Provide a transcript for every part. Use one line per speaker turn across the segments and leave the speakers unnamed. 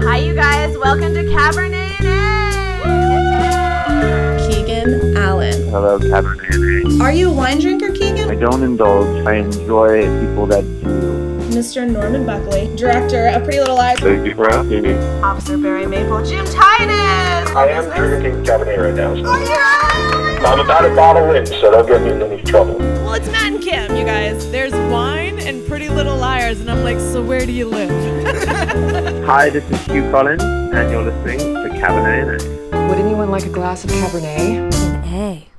Hi, you guys. Welcome to Cabernet. Air.
Keegan Allen.
Hello, Cabernet.
Are you a wine drinker,
I
Keegan?
don't indulge. I enjoy people that do.
Mr. Norman Buckley, director of Pretty Little Lies.
Thank you for asking me.
Officer Barry Maple, Jim Titus.
I am drinking Cabernet right now.
Oh, yeah.
I'm about a bottle in, so don't get me in any trouble.
Well, it's Matt and Kim, you guys. There's wine and pretty little liars, and I'm like, so where do you live?
Hi, this is Hugh Collins, and you're listening to Cabernet. Air.
Would anyone like a glass of Cabernet?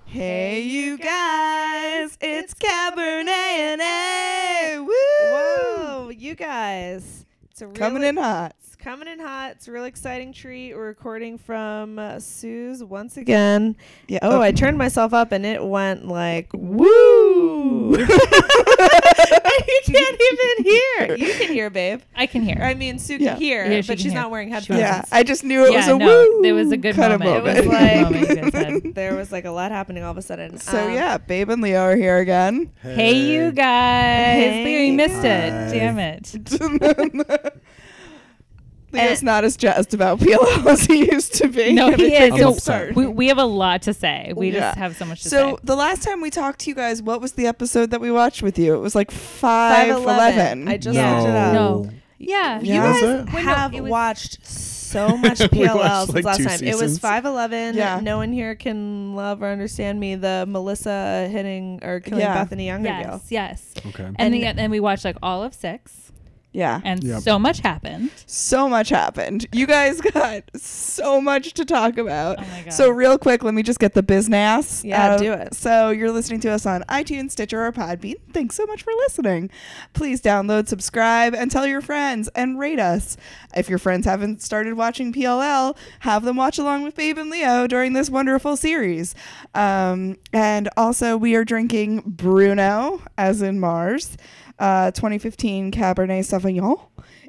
Hey, you guys, it's Cabernet and A. Woo!
Whoa, you guys. It's a real
Coming in hot.
It's coming in hot. It's a real exciting treat. We're recording from uh, Sue's once again.
Yeah.
Oh, I turned myself up and it went like woo. you can't even hear. You can hear, babe.
I can hear.
I mean, Sue
Yeah.
can hear,
Yeah, she
but
can
she's
hear.
not wearing
She
headphones.
wasn't.
yeah, I just knew it was
Yeah,
a
no,
woo.
there was a good
kind Of
moment.
It
moment.
was like-
Moment you guys had.
There was like a lot happening all of a sudden.
so
Um,
yeah, Babe and Leo are here again.
Hey, you guys.
Hey.
Leo, you missed it.
Hi.
Damn it. Uh,
Leo's not as jazzed about PLL as he used to be.
No,
and
he
I think
is.
it's
So-
absurd.
We, we have a lot to say. We
Yeah.
just have so much to
So
say.
the last time we talked to you guys, what was the episode that we watched with you? It was like five
5'11.
eleven.
I just
No.
looked it up.
No. Yeah.
You
Yeah.
Was
guys
Wait,
it?
no,
have
it was-
watched so much
We
PLL
watched,
since
like,
last
two
time. It was
seasons.
five eleven.
Yeah.
No one here can love or understand me. The Melissa hitting or killing
Yeah.
Bethany Younger
Yes,
deal.
yes.
Okay.
And then, and we watched like all of six,
yeah.
and
Yep.
so much happened.
so much happened. You guys got so much to talk about.
Oh my God.
So real quick, let me just get the business.
Yeah,
out of-
do it.
So you're listening to us on iTunes, Stitcher, or Podbean. Thanks so much for listening. Please download, subscribe, and tell your friends and rate us. If your friends haven't started watching PLL, have them watch along with Babe and Leo during this wonderful series. Um, and also, we are drinking Bruno, as in Mars, uh, 2015 Cabernet Sauvignon.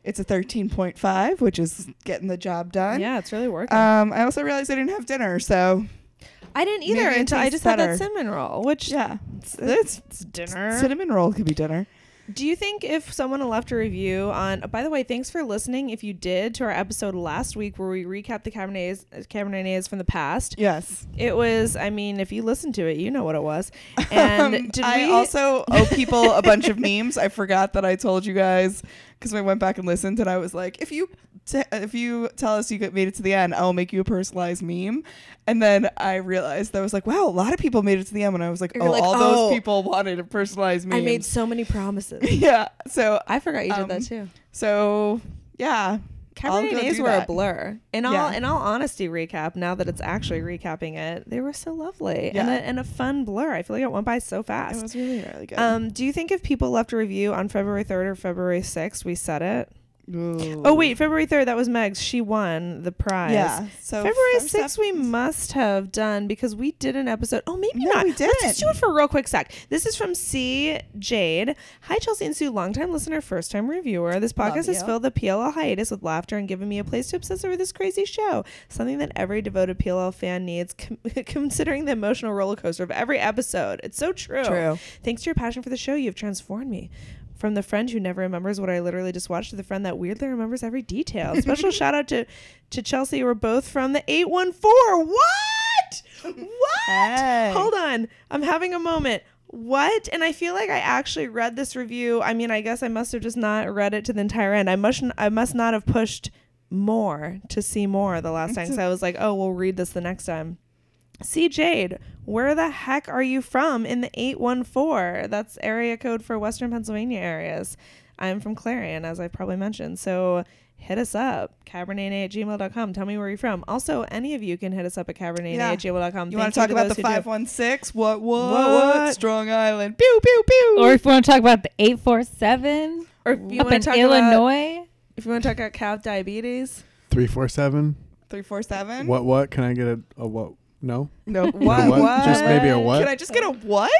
It's a 13.5, which is getting the job done.
Yeah, it's really working.
Um, I also realized I didn't have dinner, so
I didn't
maybe
either
it
until I
tastes
just had
better.
that cinnamon roll, which
yeah, it's, it's
it's dinner.
cinnamon roll could be dinner.
Do you think if someone left a review on? By the way, thanks for listening. If you did to our episode last week where we recapped the Cabernets, Cabernets from the past,
Yes,
it was. I mean, if you listened to it, you know what it was. And
Um,
did
I
we
also owe people a bunch of memes. I forgot that I told you guys because I went back and listened, and I was like, if you t- if you tell us you got- made it to the end, I'll make you a personalized meme. And then I realized that I was like, wow, a lot of people made it to the end, and I was like,
You're
oh,
like,
all
oh.
those people wanted a personalized meme.
I made so many promises.
yeah, so
I forgot you did that
Um,
too.
so yeah, I'll go
Cabernet Days
do
were a
that.
blur. In all
Yeah.
in all honesty, recap. Now that it's actually recapping it, they were so lovely and,
Yeah.
a, and a fun blur. I feel like it went by so
it
fast.
was really really good.
Um, do you think if people left a review on February third or February sixth, we said it?
Ooh.
Oh wait, February third. That was Meg's. She won the prize.
Yeah. So
February
first up-
6th, we must have done because we did an episode. Oh, maybe
No,
not.
we
Let's
didn't.
just do it for a real quick sec. This is from C. Jade. Hi, Chelsea and Sue, longtime listener, first time reviewer. This
Love
podcast has
you.
filled the PLL hiatus with laughter and given me a place to obsess over this crazy show, something that every devoted PLL fan needs, com- considering the emotional roller coaster of every episode. It's so true.
True.
Thanks to your passion for the show, you've transformed me. From the friend who never remembers what I literally just watched to the friend that weirdly remembers every detail. Special shout out to, to Chelsea. We're both from the 814. What? What?
Hey.
Hold on. I'm having a moment. What? And I feel like I actually read this review. I mean, I guess I must have just not read it to the entire end. I must I must not have pushed more to see more the last time. So I was like, oh, we'll read this the next time. See Jade, where the heck are you from in the 814? That's area code for Western Pennsylvania areas. I'm from Clarion, as I've probably mentioned. So hit us up, cabernet at gmail.com. Tell me where you're from. Also, any of you can hit us up at cabernet
Yeah.
at gmail.com.
You
Thank
want to talk about
those
the
who do.
516? What, what?
What, what?
Strong Island. Pew, pew, pew.
Or if we want to talk about the 847
Or if you
up
want
in
to talk about,
Illinois.
if you want to talk about calf diabetes,
Three four seven.
347?
What what? Can I get a, a what? No.
No, what,
No,
what?
Just maybe a what?
Can I just get a what?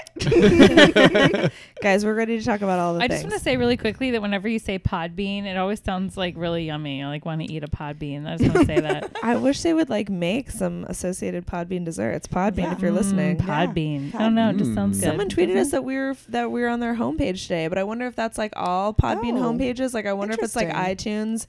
guys, we're ready to talk about all the
I
things.
just want to say really quickly that whenever you say pod bean, it always sounds like really yummy. I like want to eat a pod bean. I just want to say that.
I wish they would like make some associated Podbean desserts. Podbean, if you're listening,
Mm, pod
Yeah.
bean. Mm-hmm.
Pod
I don't know. It
Mm.
just sounds good. Oh.
Someone tweeted us that we were that we were on their homepage today, but I wonder if that's like all Podbean
Oh,
homepages. Like, I wonder if it's like iTunes,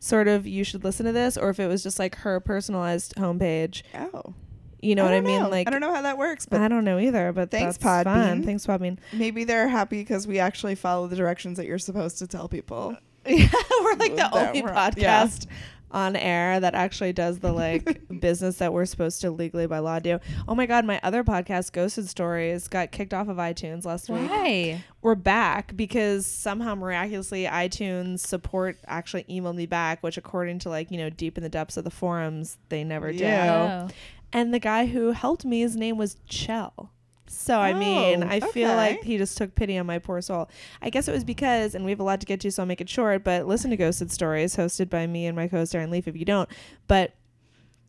sort of you should listen to this or if it was just like her personalized homepage.
Oh,
You know
I
what I
don't
mean?
know.
Like uh,
I don't know how that works, but
I don't know either, but
Thanks,
that's fun.
Podbean.
Thanks, Podbean.
maybe they're happy because we actually follow the directions that you're supposed to tell people.
Yeah, we're like the
That
only
we're- yeah.
podcast on air that actually does the like business that we're supposed to legally by law do. Oh my god, my other podcast, Ghosted Stories, got kicked off of iTunes last week.
Why?
We're back because somehow miraculously iTunes support actually emailed me back, which according to like, you know, deep in the depths of the forums, they never do.
Oh.
And the guy who helped me, his name was Chell. So I mean,
Oh,
I feel like
okay.
he just took pity on my poor soul. I guess it was because, and we have a lot to get to, so I'll make it short. But listen to Ghosted Stories, hosted by me and my co-host Aaron Leaf. If you don't, but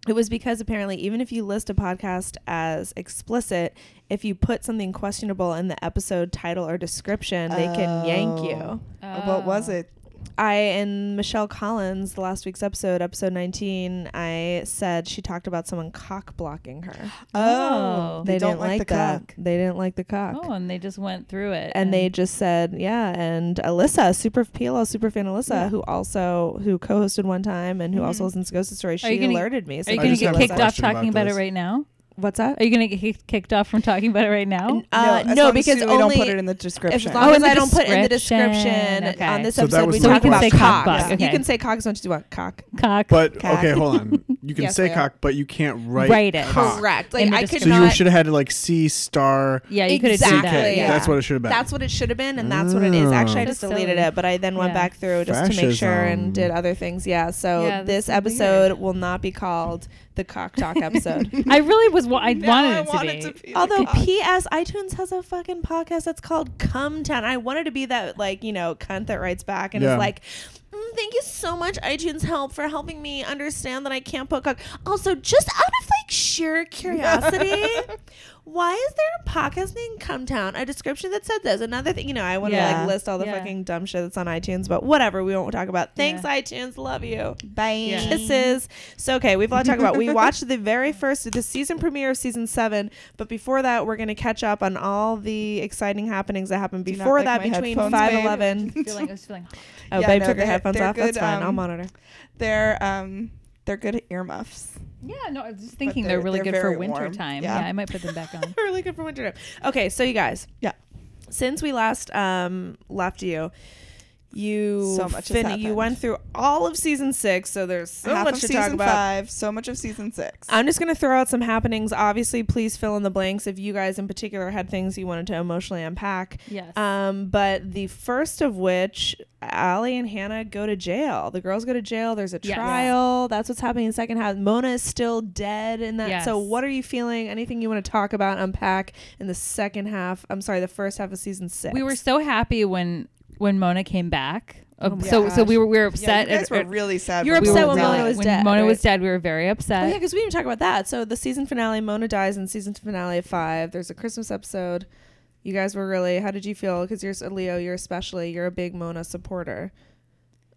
it was because apparently, even if you list a podcast as explicit, if you put something questionable in the episode title or description, they can yank
Oh.
you.
Uh,
What was it?
I and Michelle Collins, the last week's episode, episode 19, I said she talked about someone cock blocking her.
Oh,
They,
don't
didn't
like
like,
the
that.
cock.
They didn't like the cock.
Oh, and they just went through it.
And they just said, yeah, and Alyssa, super PLL superfan Alyssa, who also who co-hosted one time and who also listens to Ghosted Stories,
Mm-hmm. Are you
she
gonna-
alerted me. So
Are you
I
going to
just
get
have a
kicked off
question about
talking about, it
this.
right now?
What's that?
Are you going to get kicked off from talking about it right now?
Uh,
as
no,
long as
because
we
only
don't put it in the
If,
description.
as long
Oh,
as
in the
I don't put in the description
description. Okay.
on this
So that
episode,
was
we
my
talk about
question.
So we can say
cock.
cock block,
You
okay.
can say cock as much as you want. Cock.
Cock.
But
Cock.
okay, hold on. You can
Yes,
say
ma'am.
cock, but you can't write,
Write it.
cock.
Correct. Like
In the
I could
So you
not.
should have had like C star.
Yeah, you could have
exactly.
done that.
Yeah. That's what it should have been.
That's what it should have been, and that's what it is. Actually, I
So
just deleted
silly.
it, but I then went
Yeah.
back through just to make sure and
Fascism.
did other things. Yeah. So
Yeah,
this
that's
episode will not be called the Cock Talk episode.
I really was. Wa- I
Now
wanted
I
it to
want
be.
be
Although,
like, oh,
P.S. iTunes has a fucking podcast that's called Come Town. I wanted to be that, like, you know, cunt that writes back and
Yeah.
is like, "Mm, thank you so much, iTunes Help, for helping me understand that I can't put cock. Also, just out of like sheer curiosity, why is there a podcast named Come Town? A description that said this. Another thing, you know, I want to
Yeah.
like list all the
Yeah.
fucking dumb shit that's on iTunes, but whatever. We won't talk about. Thanks, iTunes. Love you.
bye.
Yeah.
Kisses. So okay, we've a lot to talk about. We watched the very first the season premiere of season seven, but before that, we're gonna catch up on all the exciting happenings that happened
not
before
like
that
my
between
headphones,
five
babe.
eleven.
Feeling, I was feeling.
Oh,
Yeah,
babe
no,
took her
they're-
headphones
they're
off.
good,
That's fine. I'll
um,
monitor.
They're um, they're good earmuffs.
Yeah, no, I was just thinking
But
they're,
they're-
really
they're
good
very
for
warm.
winter time.
Yeah.
Yeah. I might put them back on.
really good for winter time. Okay, so you guys,
Yeah.
since we last um left you. You
So much has
you
happened.
went through all of season six, so there's so
Half
much
of
to
season
talk about.
five, so much of season six.
I'm just going to throw out some happenings. Obviously, please fill in the blanks if you guys in particular had things you wanted to emotionally unpack.
Yes.
Um, but the first of which, Allie and Hannah go to jail. The girls go to jail. There's a
Yes.
trial. That's what's happening in the second half. Mona is still dead in that. So,
Yes.
what are you feeling? Anything you want to talk about, unpack in the second half? I'm sorry, the first half of season six.
we were so happy when when Mona came back. Uh, so so we were we were
yeah,
upset.
you guys
at-
were
at-
really sad.
You're
when
we
upset
were
when Mona
really-
was
when
dead,
Mona
right?
was dead, we were very
Oh, yeah,
upset.
because we didn't talk about that. So the season finale, Mona dies in season finale of five. There's a Christmas episode. You guys were really. How did you feel? Because you're a Leo. You're especially. You're a big Mona supporter.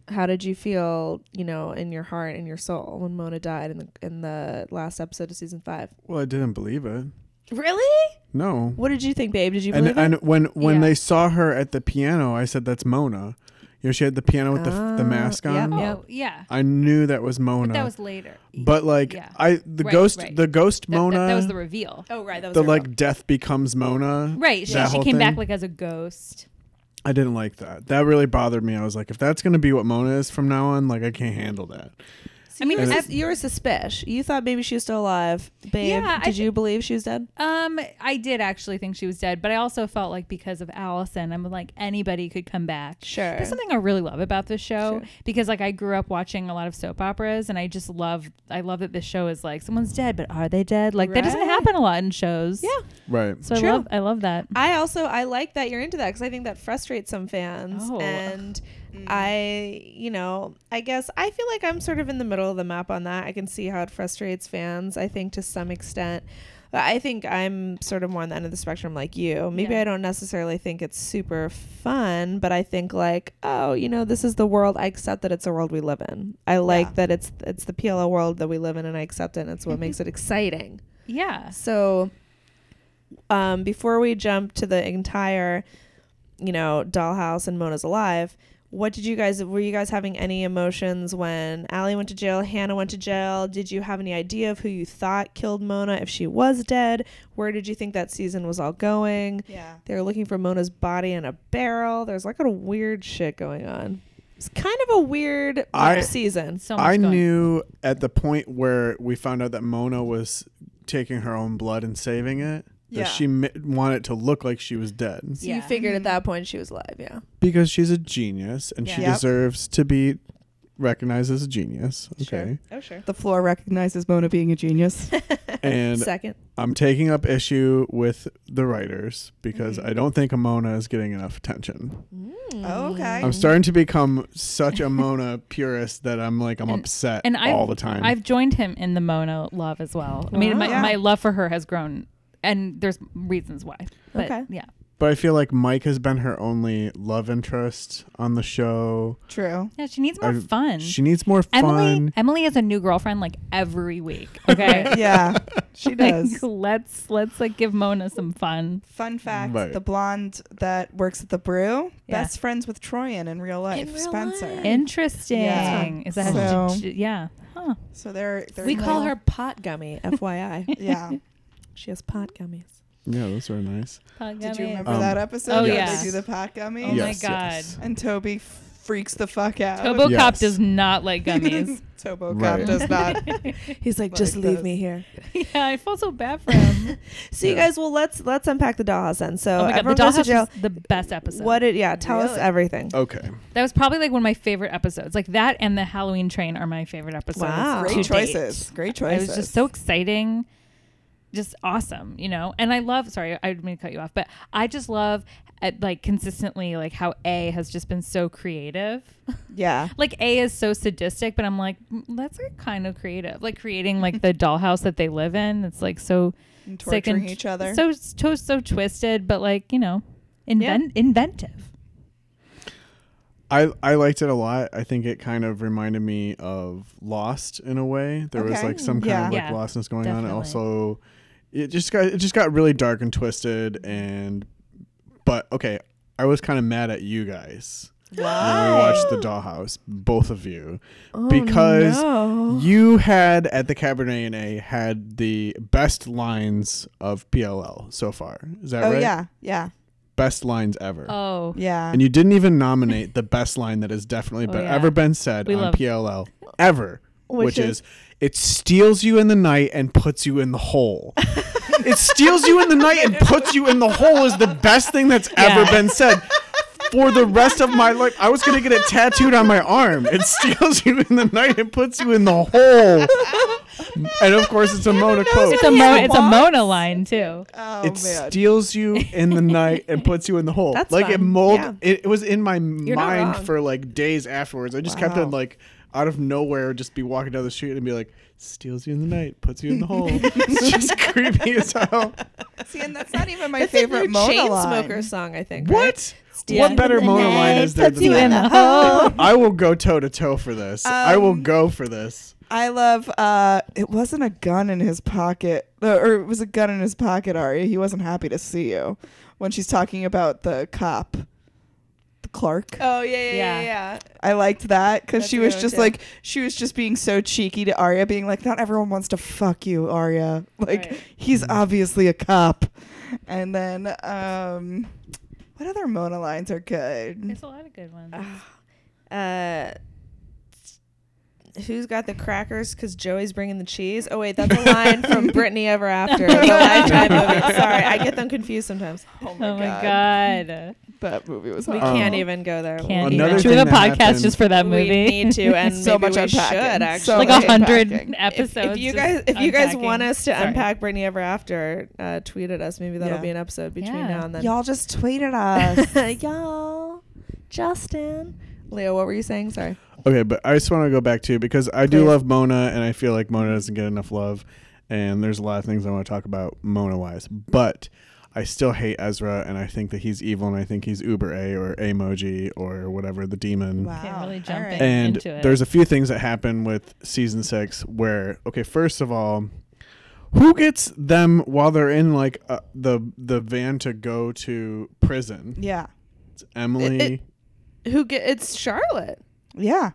How did you feel? You know, in your heart and your soul when Mona died in the in the last episode of season five.
Well, I didn't believe it.
Really?
No.
What did you think, babe? Did you
and
believe it?
and when when
Yeah.
they saw her at the piano, I said that's Mona. You know, she had the piano with the f the mask
Ah, yep.
on.
Oh, yeah.
I knew that was Mona.
But that was later.
But, like
Yeah.
I the
Right,
ghost
right.
the ghost
That- that-
Mona
That, was the reveal.
oh right, that was
the
your-
like death becomes Mona.
Right. She,
that
she
whole
came back
thing.
like as a ghost.
I didn't like that. That really bothered me. I was like, if that's gonna be what Mona is from now on, like I can't handle that.
I mean, you
And
were,
it-
sus- you were suspicious. You thought maybe she was still alive, babe.
Yeah, I
did
thi-
you believe she was dead?
Um, I did actually think she was dead, but I also felt like because of Allison, I'm like anybody could come back.
Sure.
That's something I really love about this show because like I grew up watching a lot of soap operas and I just love I love that this show is like someone's dead, but are they dead? Like that doesn't
Right.
happen a lot in shows.
Yeah.
Right.
So
True.
I love I love that.
I also I like that you're into that because I think that frustrates some fans,
Oh.
and I, you know, I guess I feel like I'm sort of in the middle of the map on that. I can see how it frustrates fans. I think to some extent, but I think I'm sort of more on the end of the spectrum, like you. Maybe
Yeah.
I don't necessarily think it's super fun, but I think like, oh, you know, this is the world. I accept that it's a world we live in. I like that it's it's the PLO world that we live in, and I accept it. and It's what makes it exciting.
Yeah.
So, um, before we jump to the entire, you know, Dollhouse and Mona's alive, What did you guys were you guys having any emotions when Allie went to jail, Hannah went to jail? Did you have any idea of who you thought killed Mona if she was dead? Where did you think that season was all going?
Yeah.
They were looking for Mona's body in a barrel. There's like a weird shit going on. It's kind of a weird like,
I-
season.
So much
I
going.
knew at the point where we found out that Mona was taking her own blood and saving it
Yeah.
that she mi- wanted to look like she was dead
So you figured at that point she was alive, yeah.
because she's a genius and she
Yeah. Yep.
deserves to be recognized as a genius. Okay.
Oh sure.
The floor recognizes Mona being a genius.
And
Second.
I'm taking up issue with the writers because I don't think Mona is getting enough attention.
oh, okay.
I'm starting to become such a Mona purist that I'm like I'm upset
and I've,
all the time.
I've joined him in the Mona love as well. I mean, my,
Wow.
my love for her has grown, and there's reasons why. But
Okay.
yeah,
but I feel like Mike has been her only love interest on the show.
True.
yeah, she needs more
I-
fun.
She needs more
Emily,
fun.
Emily has a new girlfriend like every week. Okay,
Yeah, she
Like,
does.
let's let's like give Mona some fun.
Fun fact:
Right.
the blonde that works at the brew,
Yeah.
best friends with Troyan in real life,
real
Spencer.
life.
Interesting. Is that how
So-
she, she- yeah? Huh.
So they're, they're
Mm. We call
little-
her pot gummy, FYI.
Yeah.
she has pot gummies.
yeah, those are nice.
Did you remember
Um,
that episode?
oh,
where
yeah.
They do the pot gummy.
Oh
Yes,
my god.
yes.
And Toby freaks the fuck out.
Tobocop
Yes.
does not like gummies.
Tobocop
Right.
does not.
He's like,
Like
just leave
those.
me here.
yeah, I feel so bad for him.
So you guys, well, let's let's unpack the dollhouse then. So
oh my god,
everyone
the
goes to
dollhouse
jail.
is the best episode.
What did yeah? Tell us
Really?
everything.
Oh.
Okay.
That was probably like one of my favorite episodes. Like that and the Halloween train are my favorite episodes.
Wow.
to
Great
date.
choices. Great
It
choices.
was just so exciting. Just awesome, you know. And I love. Sorry, I didn't mean to cut you off, but I just love, uh like, consistently, like how A has just been so creative.
yeah.
like A is so sadistic, but I'm like, "Mm, that's like kind of creative. Like creating like the dollhouse that they live in. It's like so
And
sick
torturing
and
each other.
So so so twisted, but like you know, invent inventive.
I, I liked it a lot. I think it kind of reminded me of Lost in a way. There was
Okay.
like some kind of
Yeah. Yeah,
like lostness going on.
definitely.
It also, it just got it just got really dark and twisted. And but okay, I was kind of mad at you guys when we watched the Dollhouse, both of you, because
no.
you had at the Cabernet and A had the best lines of PLL so far. Is that
oh
right?
yeah, yeah,
Best lines ever.
Oh,
yeah.
and you didn't even nominate the best line that has definitely been
yeah.
ever been said
We
on
love-
PLL ever,
Which
which, is, it steals you in the night and puts you in the hole. it steals you in the night and puts you in the hole is the best thing that's ever
Yeah.
been said. For the rest of my life, I was gonna get it tattooed on my arm. It steals you in the night and puts you in the hole. And of course, it's a Mona quote.
it's a Mo- it's a Mona line too.
oh
It
man.
steals you in the night and puts you in the hole.
That's
like it
fun.
mold.
Yeah.
It, it was in my
not
mind
wrong.
for like days afterwards. I just kept
Wow.
on like out of nowhere, just be walking down the street and be like, steals you in the night, puts you in the hole. it's just creepy as hell.
See, and that's not even my
That's a
favorite
new
Mona
chain
line.
smoker song, I think. right?
What? What better Mona line is there
Puts you in
than
the
that?
hole.
I will go toe to toe for this. I will go for this.
I love. uh It wasn't a gun in his pocket, uh, or it was a gun in his pocket. Arya, he wasn't happy to see you when she's talking about the cop, the Clark.
Oh yeah, yeah,
Yeah.
yeah, yeah.
I liked that because
That's
she
a
was
good one,
just
too.
like she was just being so cheeky to Arya, being like, "Not everyone wants to fuck you, Arya. Like
Right.
he's obviously a cop." And then, um, what other Mona lines are good?
There's a lot of good ones.
Uh, who's got the crackers? Because Joey's bringing the cheese. Oh wait, that's a line from Brittany Ever After, the Lifetime movie. Sorry, I get them confused sometimes.
Oh my,
oh my
god. Um,
god,
that movie was
We
awful.
can't even go there.
can't
Another
even. Should
thing
we have a podcast
that happened-
just for that movie?
We need to, and
So
maybe
much
we
unpacking.
should
So
actually.
like
much
a hundred
unpacking.
episodes.
if you
just
guys if you guys
unpacking.
want us to
Sorry.
unpack Brittany Ever After, uh, tweet at us. Maybe that'll
Yeah.
be an episode between
Yeah.
now and then.
Y'all just tweeted us.
y'all, Justin, Leo, what were you saying? Sorry.
Okay, but I just want to go back to because I do
Please.
love Mona, and I feel like Mona doesn't get enough love. And there's a lot of things I want to talk about Mona wise, but I still hate Ezra, and I think that he's evil, and I think he's Uber A or Emoji or whatever the demon.
Can't really jump
Alright.
in.
And
into it.
there's a few things that happen with season six where okay, first of all, who gets them while they're in like uh, the the van to go to prison?
Yeah.
It's Emily
Who get? It's Charlotte.
Yeah.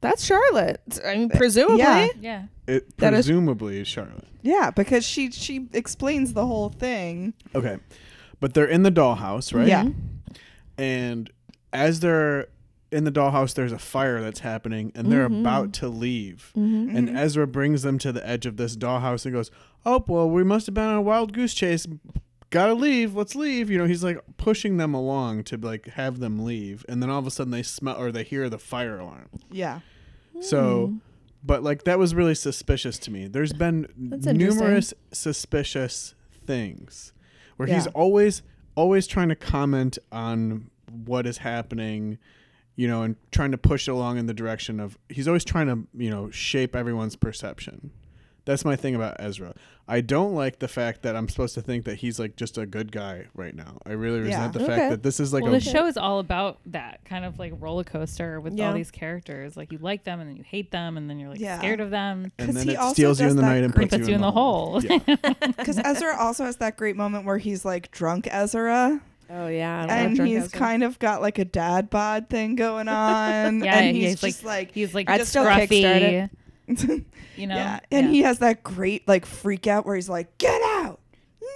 That's Charlotte. I mean, presumably.
Yeah.
Yeah.
It
That is-
presumably is Charlotte.
Yeah, because she she explains the whole thing.
Okay. But they're in the dollhouse, right? Mm-hmm.
Yeah.
And as they're in the dollhouse, there's a fire that's happening and they're about to leave. And Ezra brings them to the edge of this dollhouse and goes, Oh, well, we must have been on a wild goose chase. Gotta leave. Let's leave. You know, he's like pushing them along to like have them leave. And then all of a sudden they smell or they hear the fire alarm.
Yeah. Hmm.
So, but like that was really suspicious to me. There's been numerous suspicious things where he's
Yeah.
always always trying to comment on what is happening, you know, and trying to push it along in the direction of he's always trying to, you know, shape everyone's perception. That's my thing about Ezra. I don't like the fact that I'm supposed to think that he's like just a good guy right now. I really resent
Yeah.
the
Okay.
fact that this is like
well,
a
the show is all about that kind of like roller coaster with
Yeah.
all these characters. Like you like them and then you hate them and then you're like
Yeah.
scared of them.
and
'cause
then
he
it
also
steals you
does
in the
that
night and
great-
puts you in the hole.
hole.
Yeah.
Because Ezra also has that great moment where he's like drunk Ezra,
Oh yeah.
and he's kind of got like a dad bod thing going on,
Yeah,
and he's,
he's
just like,
He's like
I'd
just
still kickstart
scruffy.
it.
You know.
yeah, and he has that great like freak out where he's like, "Get out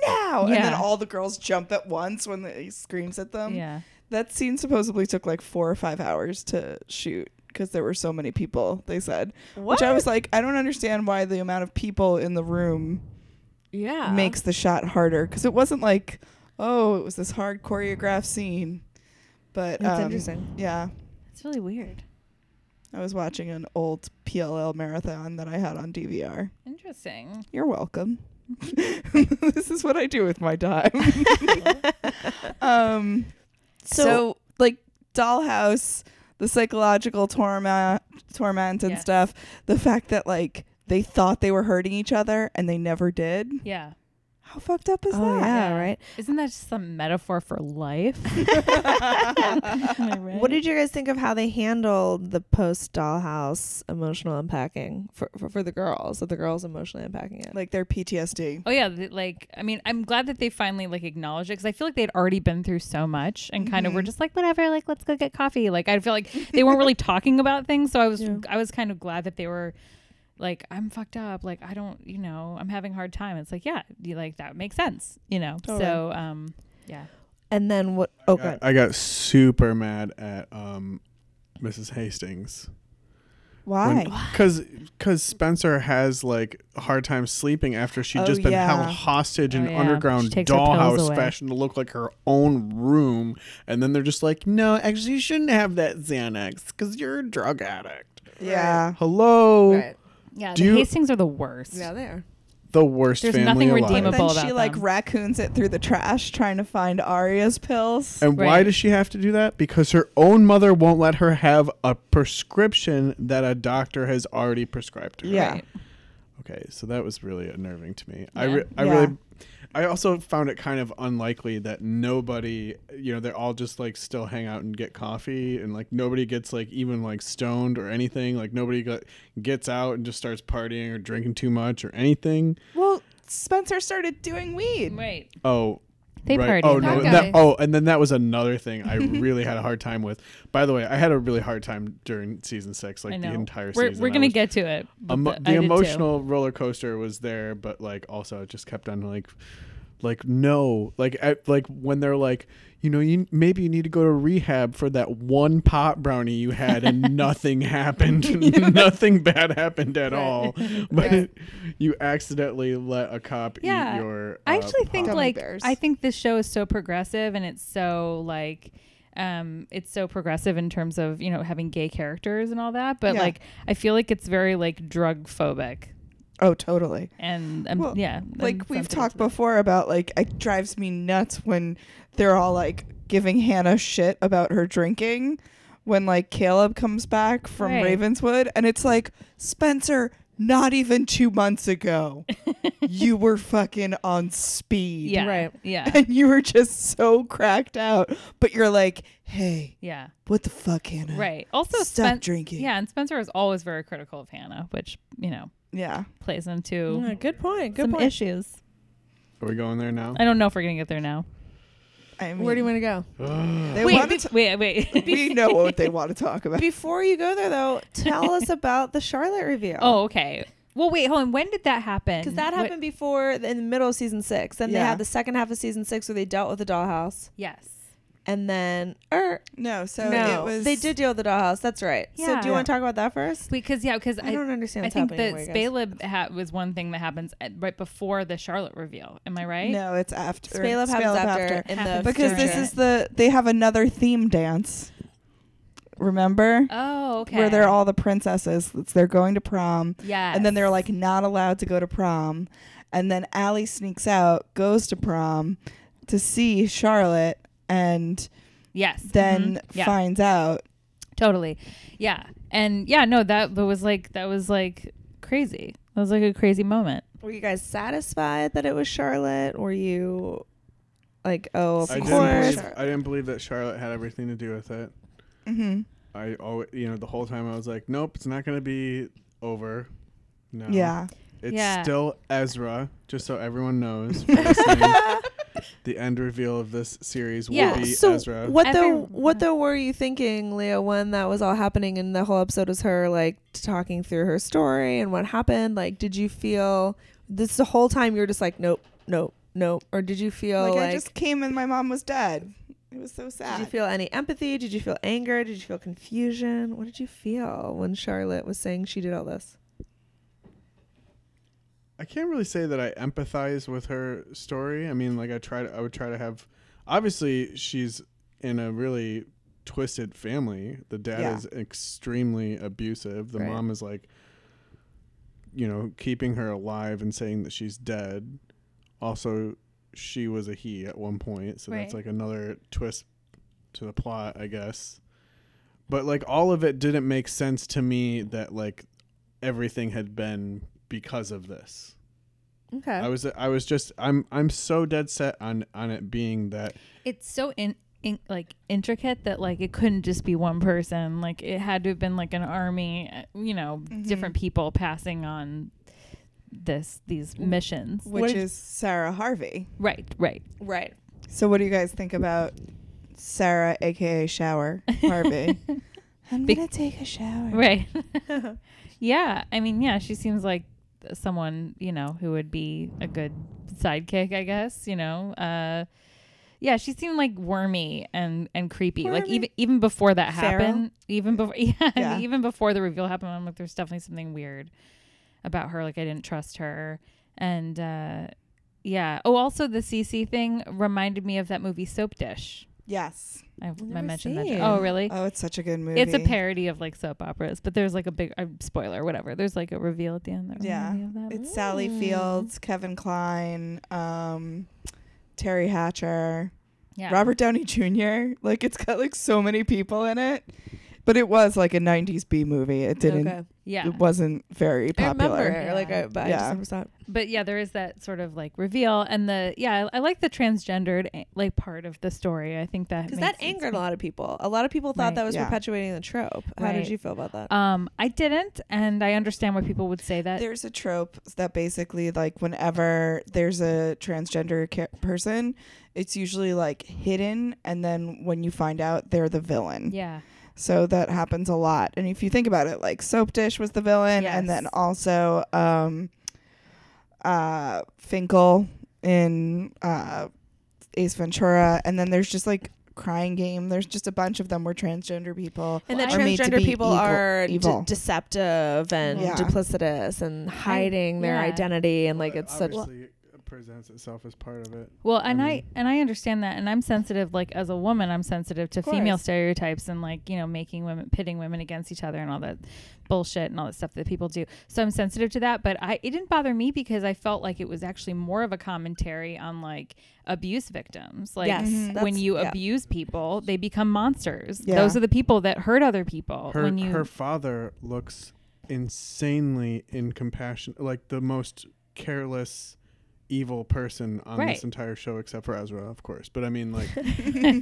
now!" and then
Yeah.
all the girls jump at once when he screams at them.
Yeah.
That scene supposedly took like four or five hours to shoot because there were so many people. They said, which I was like, I don't understand why the amount of people in the room
yeah.
makes the shot harder because it wasn't like, oh, it was this hard choreographed scene. But
That's
um,
interesting.
Yeah,
It's really weird.
I was watching an old PLL marathon that I had on DVR.
Interesting.
You're welcome. this is what I do with my time. um, so,
So-
like Dollhouse, the psychological torment, torment and
Yes.
stuff. The fact that like they thought they were hurting each other and they never did.
Yeah.
How fucked up is
Oh
that?
yeah. Right.
Isn't that just some metaphor for life?
What did you guys think of how they handled the post dollhouse emotional unpacking for, for, for the girls? That the girls emotionally unpacking it.
Like their PTSD.
Oh yeah, th- like I mean, I'm glad that they finally like acknowledged it because I feel like they'd already been through so much and kind of
Mm-hmm.
were just like whatever, like let's go get coffee. Like I feel like they weren't really talking about things, so I was I was kind of glad that they were like I'm fucked up, like I don't, you know, I'm having a hard time. It's like yeah, you like that makes sense, you know. So um, yeah,
and then what? Oh,
I,
good.
I got super mad at um, Mrs. Hastings.
Why?
Because because Spencer has like a hard time sleeping after she'd
Oh,
just been
yeah.
held hostage in
Oh,
an
yeah. She
underground
takes her pills
dollhouse
away.
fashioned to look like her own room, and then they're just like, no, actually, you shouldn't have that Xanax because you're a drug addict.
yeah.
Hello,
yeah.
Do
the
you-
Hastings are the worst.
they are.
the worst
There's
family
nothing
alive.
But
redeemable.
then
about
she like
them.
raccoons it through the trash trying to find Arya's pills.
And why
Right.
does she have to do that? Because her own mother won't let her have a prescription that a doctor has already prescribed to her.
yeah.
Right.
Okay, so that was really unnerving to me. I,
Yeah.
re- I
Yeah.
really, I also found it kind of unlikely that nobody, you know, they're all just like still hang out and get coffee, and like nobody gets like even like stoned or anything. Like nobody got, gets out and just starts partying or drinking too much or anything.
Well, Spencer started doing weed.
Right.
Oh.
They
right.
partied.
Oh no!
That
that-
guy.
oh, and then that was another thing I really had a hard time with. By the way, I had a really hard time during season six, like
I
the
know.
entire
we're,
season.
We're
I
gonna
was-
get to it. but
Emo-
I
the
did too.
emotional roller coaster was there, but like also it just kept on like, like no, like I, like when they're like, you know, you maybe you need to go to rehab for that one pot brownie you had and nothing happened, nothing bad happened at all, but you accidentally let a cop eat
Yeah.
your. Uh,
I actually think
Gummy
pop.
like
bears.
I think this show is so progressive and it's so like um it's so progressive in terms of, you know, having gay characters and all that, but
Yeah.
like I feel like it's very like drug phobic
Oh, totally.
and um,
Well,
yeah. I'm
Like we've
sensitive to
talked
that.
before about like it drives me nuts when they're all like giving Hannah shit about her drinking when like Caleb comes back from
Right.
Ravenswood and it's like Spencer not even 2 months ago you were fucking on speed.
Yeah.
Right.
Yeah.
And you were just so cracked out, but you're like, "Hey,
yeah.
what the fuck, Hannah?"
Right. Also
Stop
Spen-
drinking.
Yeah, and Spencer is always very critical of Hannah, which, you know,
Yeah.
plays into
Mm, good point. Good
some
point.
issues.
are we going there now?
I don't know if we're gonna get there now.
I mean,
Where do you want to go?
they
Wait,
want
be-
to
wait, wait,
we know what they want to talk about.
Before you go there, though, tell us about the Charlotte reveal.
oh, okay. Well, wait, hold on. When did that happen?
Because that
What-
happened before the- in the middle of season six. Then they
Yeah.
had the second half of season six where they dealt with the dollhouse.
yes.
And then, or
No, so
no,
it was
they did deal with the dollhouse. That's right. So
Yeah.
do you want to talk about that first?
Because yeah, because
I, don't understand
I
what's
think
happening.
the
anymore, you guys.
Spaleb ha- was one thing that happens at, right before the Charlotte reveal. Am I right?
No, it's after.
Spaleb happens
Spaleb
after, in the
Happens
because
after.
this is the they have another theme dance. Remember?
Oh, okay.
Where they're all the princesses. It's- They're going to prom.
yeah,
And then they're like not allowed to go to prom. And then Allie sneaks out, goes to prom to see Charlotte, and
yes,
then
Mm-hmm.
Mhm. yeah.
finds out.
totally yeah and yeah no that that was like that was like crazy that was like a crazy moment
Were you guys satisfied that it was Charlotte? Were you like, oh, of
I didn't
course?
believe I didn't believe that Charlotte had everything to do with it.
Mm-hmm.
I always, you know, the whole time I was like, nope, it's not going to be over. No.
Yeah.
It's
Yeah.
still Ezra, just so everyone knows. for listening. the end reveal of this series will
Yeah.
be
so
Ezra.
what though?
Everyone-
What though were you thinking, Leah, when that was all happening and the whole episode was her like talking through her story and what happened? Like, did you feel this the whole time you're just like, nope, nope, nope, or did you feel
Like,
like,
I just came and my mom was dead. It was so sad.
did you feel any empathy? Did you feel anger? Did you feel confusion? What did you feel when Charlotte was saying she did all this?
I can't really say that I empathize with her story. I mean, like I try to, I would try to have. Obviously, she's in a really twisted family. The dad
Yeah.
is extremely abusive. The
Right.
mom is like, you know, keeping her alive and saying that she's dead. Also, she was a he at one point, so that's
Right.
like another twist to the plot, I guess. But like all of it didn't make sense to me that like everything had been because of this.
Okay.
I was I was just I'm I'm so dead set on on it being that
it's so in, in like intricate that like it couldn't just be one person like it had to have been like an army uh, you know
Mm-hmm.
different people passing on this these
Mm.
missions
Which is Sarah Harvey.
right right
Right.
So, what do you guys think about Sarah, aka Shower Harvey? I'm
Be-
gonna take a shower.
right yeah i mean yeah she seems like someone you know who would be a good sidekick i guess you know uh yeah she seemed like wormy and and creepy like even even before that
Feral?
happened even before yeah, I mean,
Yeah.
even before the reveal happened i'm like there's definitely something weird about her like i didn't trust her and uh yeah oh also the cc thing reminded me of that movie soap dish
Yes.
i, I mentioned
seen.
that oh really
Oh, it's such a good movie.
it's a parody of like soap operas, but there's like a big uh, spoiler, whatever. There's like a reveal at the end. That
Yeah.
reminded me of that.
It's Sally
Mm.
Fields, Kevin Klein, um, Terry Hatcher,
yeah.
Robert Downey Jr. Like it's got like so many people in it, but it was like a '90s B movie. It didn't.
Okay.
Yeah,
It wasn't very
I
popular.
remember. it, Like, I, but I
Yeah.
just never saw it.
but yeah, there is that sort of like reveal and the yeah. I, I like the transgendered eh, like part of the story. I think that
because that
makes sense.
angered a lot of people. A lot of people thought
Right.
that was
Yeah.
perpetuating the trope. How did
Right.
you feel about that?
Um, I didn't, and I understand why people would say that.
There's a trope that basically like whenever there's a transgender ca- person, it's usually like hidden, and then when you find out, they're the villain.
yeah,
So that happens a lot. And if you think about it, like Soap Dish was the villain, and then
Yes.
also um, uh, Finkel in uh, Ace Ventura, and then there's just like Crying Game. There's just a bunch of them where transgender people
and that
are made to
transgender
be
people
equal-
are de-
evil.
deceptive and
Yeah.
duplicitous and hiding their
yeah.
identity and like it's such
obviously it presents itself as part of it.
Well, and I,
mean-
and I understand that, and I'm sensitive. Like as a woman, I'm sensitive to female stereotypes and like you know making women pitting women against each other and all that bullshit and all that stuff that people do. So I'm sensitive to that, but I it didn't bother me because I felt like it was actually more of a commentary on like abuse victims. Like
Yes, Mhm.
when
that's-
you
yeah.
abuse people, they become monsters.
Yeah.
Those are the people that hurt other people.
Her
when you
her father looks insanely incompassionate, like the most careless, evil person on
Right.
this entire show, except for Ezra, of course. But I mean, like,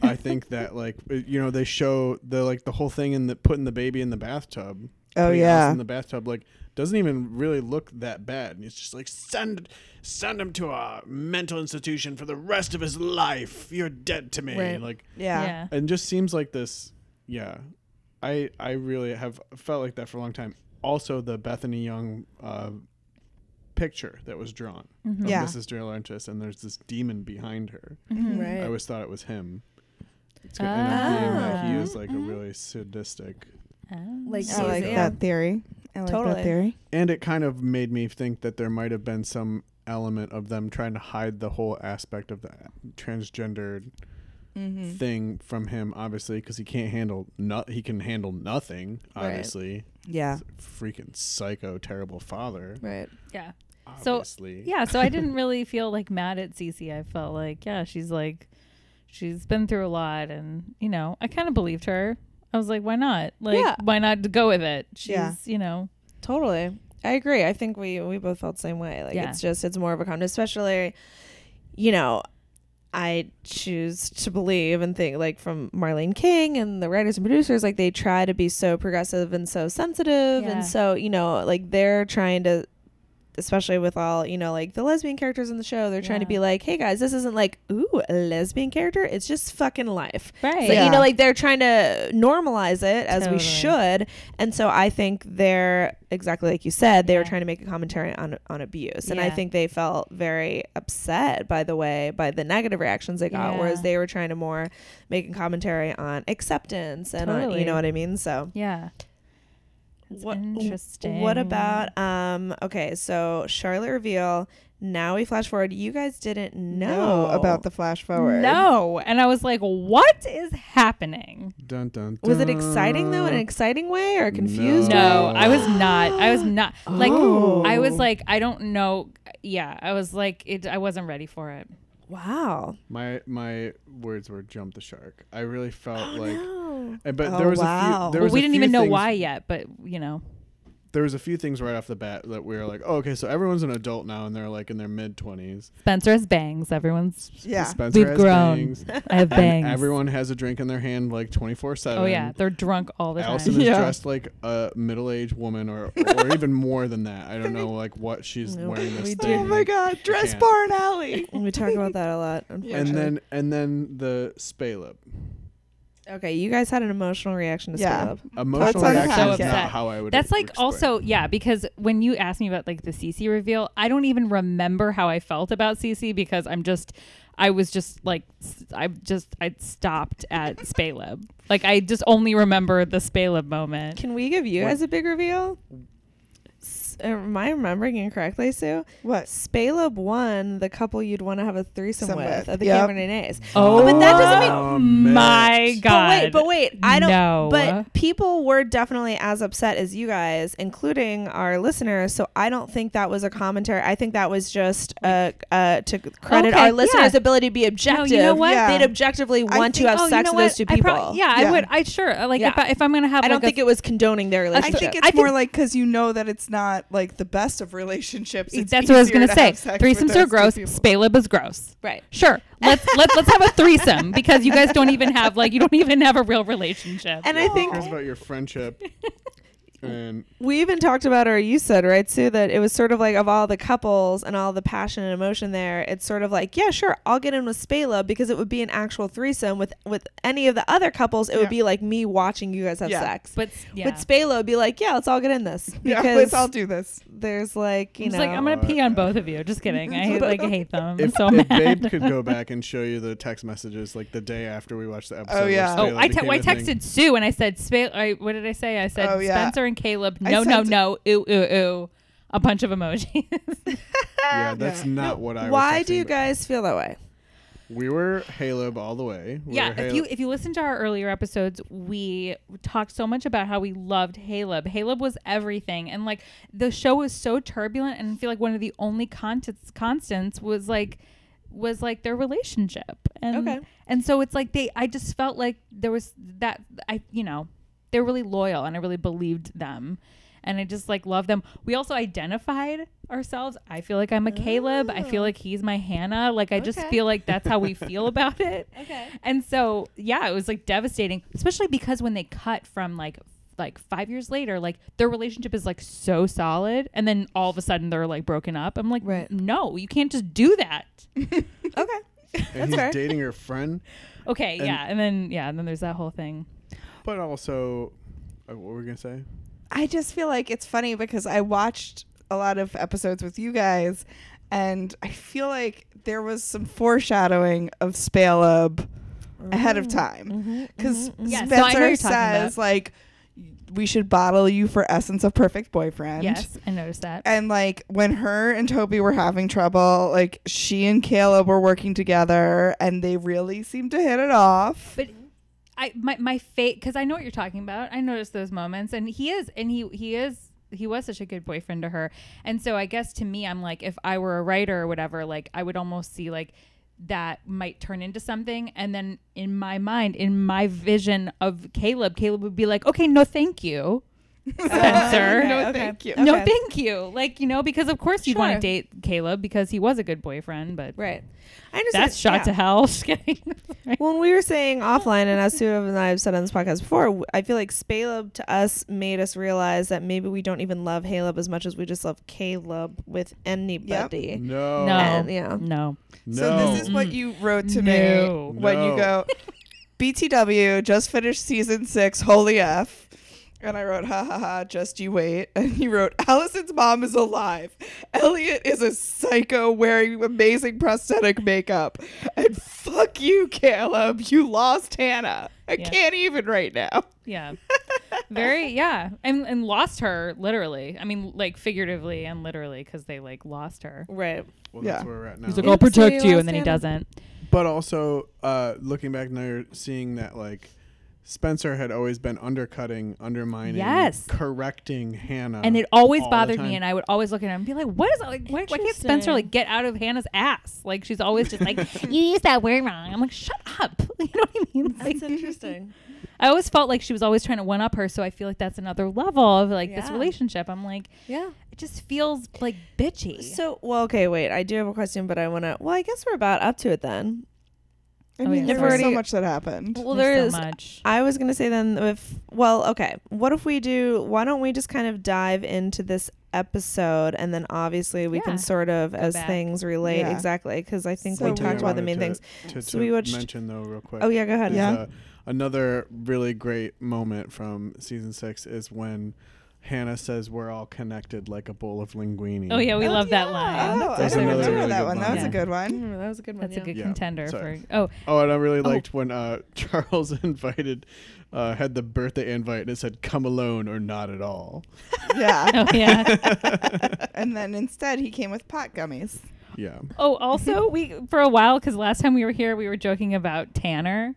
I think that like you know they show the like the whole thing in the putting the baby in the bathtub.
Oh,
putting Alice
yeah.
in the bathtub like doesn't even really look that bad, and it's just like send send him to a mental institution for the rest of his life. You're dead to me.
Right.
Like
Yeah.
yeah.
and just seems like this yeah i i really have felt like that for a long time also the bethany young uh picture that was drawn
Mm-hmm.
of
Yeah.
mrs Delarentis, and there's this demon behind her
Mm-hmm.
i
Right.
always thought it was him it's gonna end up being that he is like
Uh-huh.
a really sadistic
Oh,
Like,
I like
yeah.
that theory. I like
Totally.
that theory.
and it kind of made me think that there might have been some element of them trying to hide the whole aspect of the transgendered
Hmm.
Mm-hmm.
thing from him obviously because he can't handle not he can handle nothing obviously
Yeah.
freaking psycho terrible father
Right.
Yeah. So-
obviously
Yeah, so I didn't really feel like mad at Cece. I felt like, yeah, she's like, she's been through a lot, and you know, I kind of believed her. I was like, why not? Like,
Yeah.
why not go with it? She's,
Yeah.
you know,
Totally. I agree. I think we we both felt the same way. Like
Yeah.
it's just it's more of a con especially you know, I choose to believe and think like from Marlene King and the writers and producers like they try to be so progressive and so sensitive
Yeah.
and so, you know, like they're trying to especially with all, you know, like the lesbian characters in the show, they're trying to
Yeah.
be like, "Hey guys, this isn't like ooh, a lesbian character. It's just fucking life."
right?
So,
Yeah.
You know, like they're trying to normalize it as
Totally.
we should. And so I think they're exactly like you said, they were
Yeah.
trying to make a commentary on on abuse. And I
Yeah.
think they felt very upset by the way, by the negative reactions they got,
Yeah.
whereas they were trying to more make a commentary on acceptance and on,
Totally.
you know what I mean? So
Yeah. That's
What-
interesting.
what about um okay, so Charlotte reveal, now we flash forward. You guys didn't know
about the flash forward.
No, and I was like, what is happening?
dun, dun,
was it
dun.
exciting though? In an exciting way or a confused?
No.
way?
No, I was not. I was not. Like,
Oh.
I was like, I don't know. Yeah, I was like, it. I wasn't ready for it.
Wow.
my my words were jump the shark i really felt like
No.
and- but
Oh,
there was a
wow.
few there
Oh, Well,
was
we
a
didn't
few
even know
things-
why yet, but you know,
there was a few things right off the bat that we were like oh okay so everyone's an adult now and they're like in their mid-20s
Spencer's bangs. Everyone's.
Yeah.
Spencer
We've
has
grown.
bangs.
I have
And
bangs.
everyone has a drink in their hand like 24 7.
Oh yeah, they're drunk all the time.
Allison is dressed like a middle aged woman or, or even more than that. I don't know like what she's wearing this thing.
Oh my god, dress
can't.
barn alley.
We talk about that a lot, unfortunately.
And then and then the Spaleb.
okay, you guys had an emotional reaction to
Yeah.
yeah. Spaleb.
Emotional
on
reaction
Hashtag.
is
upset.
not how I would
That's like
explain.
also yeah because when you asked me about like the CC reveal, I don't even remember how I felt about CC because I'm just I was just like s- I just I stopped at Spaleb. Like I just only remember the Spaleb moment.
Can we give you guys a big reveal? S- am I remembering incorrectly, Sue?
What?
Spaleb won the couple you'd want to have a threesome
Some
with,
with,
at the
yep.
Cameron and A's.
Oh,
but that doesn't mean.
Damn it.
my god.
But wait, but wait, I don't.
No.
But people were definitely as upset as you guys, including our listeners. So I don't think that was a commentary. I think that was just uh, uh, to credit
Okay,
our listeners'
yeah.
ability to be objective.
what?
Yeah.
They'd objectively want
think-
to have
Oh, you
sex
know
with
what?
those two
I
people.
prob- yeah,
Yeah.
I would. I sure. Like
Yeah.
if, I, if I'm gonna have,
I don't
like, a
think it was condoning their
I
relationship.
think it's more like because you know that it's not like the best of relationships. It's
that's what I was
easier
gonna
to
say.
have sex with
Threesomes
those two
are gross.
people.
Spaleb is gross.
right.
Sure, let's let's let's have a threesome because you guys don't even have like you don't even have a real relationship.
And I think
cares about your friendship. and
we even talked about, or you said, right, Sue, that it was sort of like of all the couples and all the passion and emotion there, it's sort of like, yeah, sure, I'll get in with Spela because it would be an actual threesome with with any of the other couples. It
Yeah.
would be like me watching you guys have
Yeah.
sex.
but yeah.
But Spela would be like, yeah, let's all get in this
Yeah,
because
please, I'll do this.
there's like, you
He's
know,
like, I'm gonna pee on both of you. Just kidding. I hate, like hate them. I'm
if,
so
if
mad.
Babe could go back and show you the text messages like the day after we watched the episode. where
yeah.
Oh,
Spaleb
I, te-
became
well, I
a thing.
texted Sue and I said, Spa- I, "What did I say?" I said,
Oh, yeah.
"Spencer and Caleb,
I
no, no,
sent-
no, ooh, ooh, ooh, a bunch of emojis."
Yeah, that's not what I. was
why do
texting
you
back.
guys feel that way?
We were Haleb all the way. We
yeah,
were
if
Haleb-
you if you listen to our earlier episodes, we talked so much about how we loved Haleb. Haleb was everything, and like the show was so turbulent, and I feel like one of the only constants constants was like was like their relationship, and
Okay.
and so it's like they. I just felt like there was that I you know they're really loyal, and I really believed them. And I just like love them. We also identified ourselves. I feel like I'm a Caleb. I feel like he's my Hannah. Like I just
Oh. Okay.
feel like that's how we feel about it.
Okay.
And so, yeah, it was like devastating, especially because when they cut from like like five years later, like their relationship is like so solid, and then all of a sudden they're like broken up. I'm like,
Right.
no, you can't just do that.
Okay.
and he's dating her friend,
Okay, yeah, and then yeah, and then there's that whole thing.
but also, uh, what were we gonna say?
I just feel like it's funny because I watched a lot of episodes with you guys, and I feel like there was some foreshadowing of Spaleb ahead of time because
Mm-hmm. Yes, no, I know
Spencer
you're talking about.
says like we should bottle you for essence of perfect boyfriend.
Yes, I noticed that.
And like when her and Toby were having trouble, like she and Caleb were working together and they really seemed to hit it off.
But I my my fate because I know what you're talking about. I noticed those moments, and he is, and he he is. He was such a good boyfriend to her. And so I guess to me, I'm like, if I were a writer or whatever, like I would almost see like that might turn into something. And then in my mind, in my vision of Caleb, Caleb would be like, okay, no, thank you. Spencer.
Oh,
no, thank you.
No, thank you. Like, you know, because of course you'd want
Sure.
to date Caleb because he was a good boyfriend, but
Right. I understand.
that's shot to
yeah.
hell. Just kidding.
When we were saying offline, and as Sue and I have said on this podcast before, w- I feel like Spaleb to us made us realize that maybe we don't even love Caleb as much as we just love Caleb with anybody.
No,
no.
And, yeah.
No.
no.
So this is what you wrote to
No.
me when you go,
No.
BTW just finished season six, holy f. And I wrote, ha ha ha, just you wait. And you wrote, Allison's mom is alive. Elliot is a psycho wearing amazing prosthetic makeup. And fuck you, Caleb. You lost Hannah. I
Yeah.
can't even right now.
Yeah. Very, yeah. And and lost her literally. I mean, like figuratively and literally cuz they like lost her.
Right.
Well, that's
Yeah.
where we're at now.
He's like, "I'll
Oops,
protect
we
you,"
lost
and then he
Hannah.
doesn't.
But also, uh, looking back now, you're seeing that like Spencer had always been undercutting, undermining,
Yes.
correcting Hannah,
And it always
all the
bothered
time.
me, and I would always look at him and be like, "What is like? Why, why can't Spencer
Interesting.
like get out of Hannah's ass? Like she's always just like, you use that word wrong." I'm like, "Shut up!" You know what I mean? Like,
interesting.
I always felt like she was always trying to one up her, so I feel like that's another level of like this
Yeah.
relationship. I'm like,
Yeah.
it just feels like bitchy.
So, well, okay, wait. I do have a question, but I want to. Well, I guess we're about up to it then.
I
Oh,
mean,
yeah.
there
I've
was so
already-
much that happened.
Well, there
There's so
is.
much.
I was going to say then if well, okay. What if we do why don't we just kind of dive into this episode and then obviously we
Yeah.
can sort of as
back.
things relate
Yeah.
exactly cuz I think
So
we
One thing
talked
I
about the
Oh, wanted
main
to-
things.
To,
So
to
we watched-
mention though, real quick.
Oh yeah, go ahead.
is,
Yeah.
uh, another really great moment from season six is when Hannah says, "We're all connected like a bowl of linguine."
Oh yeah, we
Oh,
love that
yeah.
line.
Oh, I
That's
didn't
another
remember
really
that
good
one. That
line.
was a
Yeah.
good one.
that was a good one.
That's a good
Yeah,
contender
sorry.
for. Oh,
Oh, and I really
Oh.
liked when uh, Charles invited, uh, had the birthday invite, and it said, "Come alone or not at all."
Yeah.
oh yeah.
and then instead, he came with pot gummies.
Yeah.
oh, also we for a while because last time we were here, we were joking about Tanner.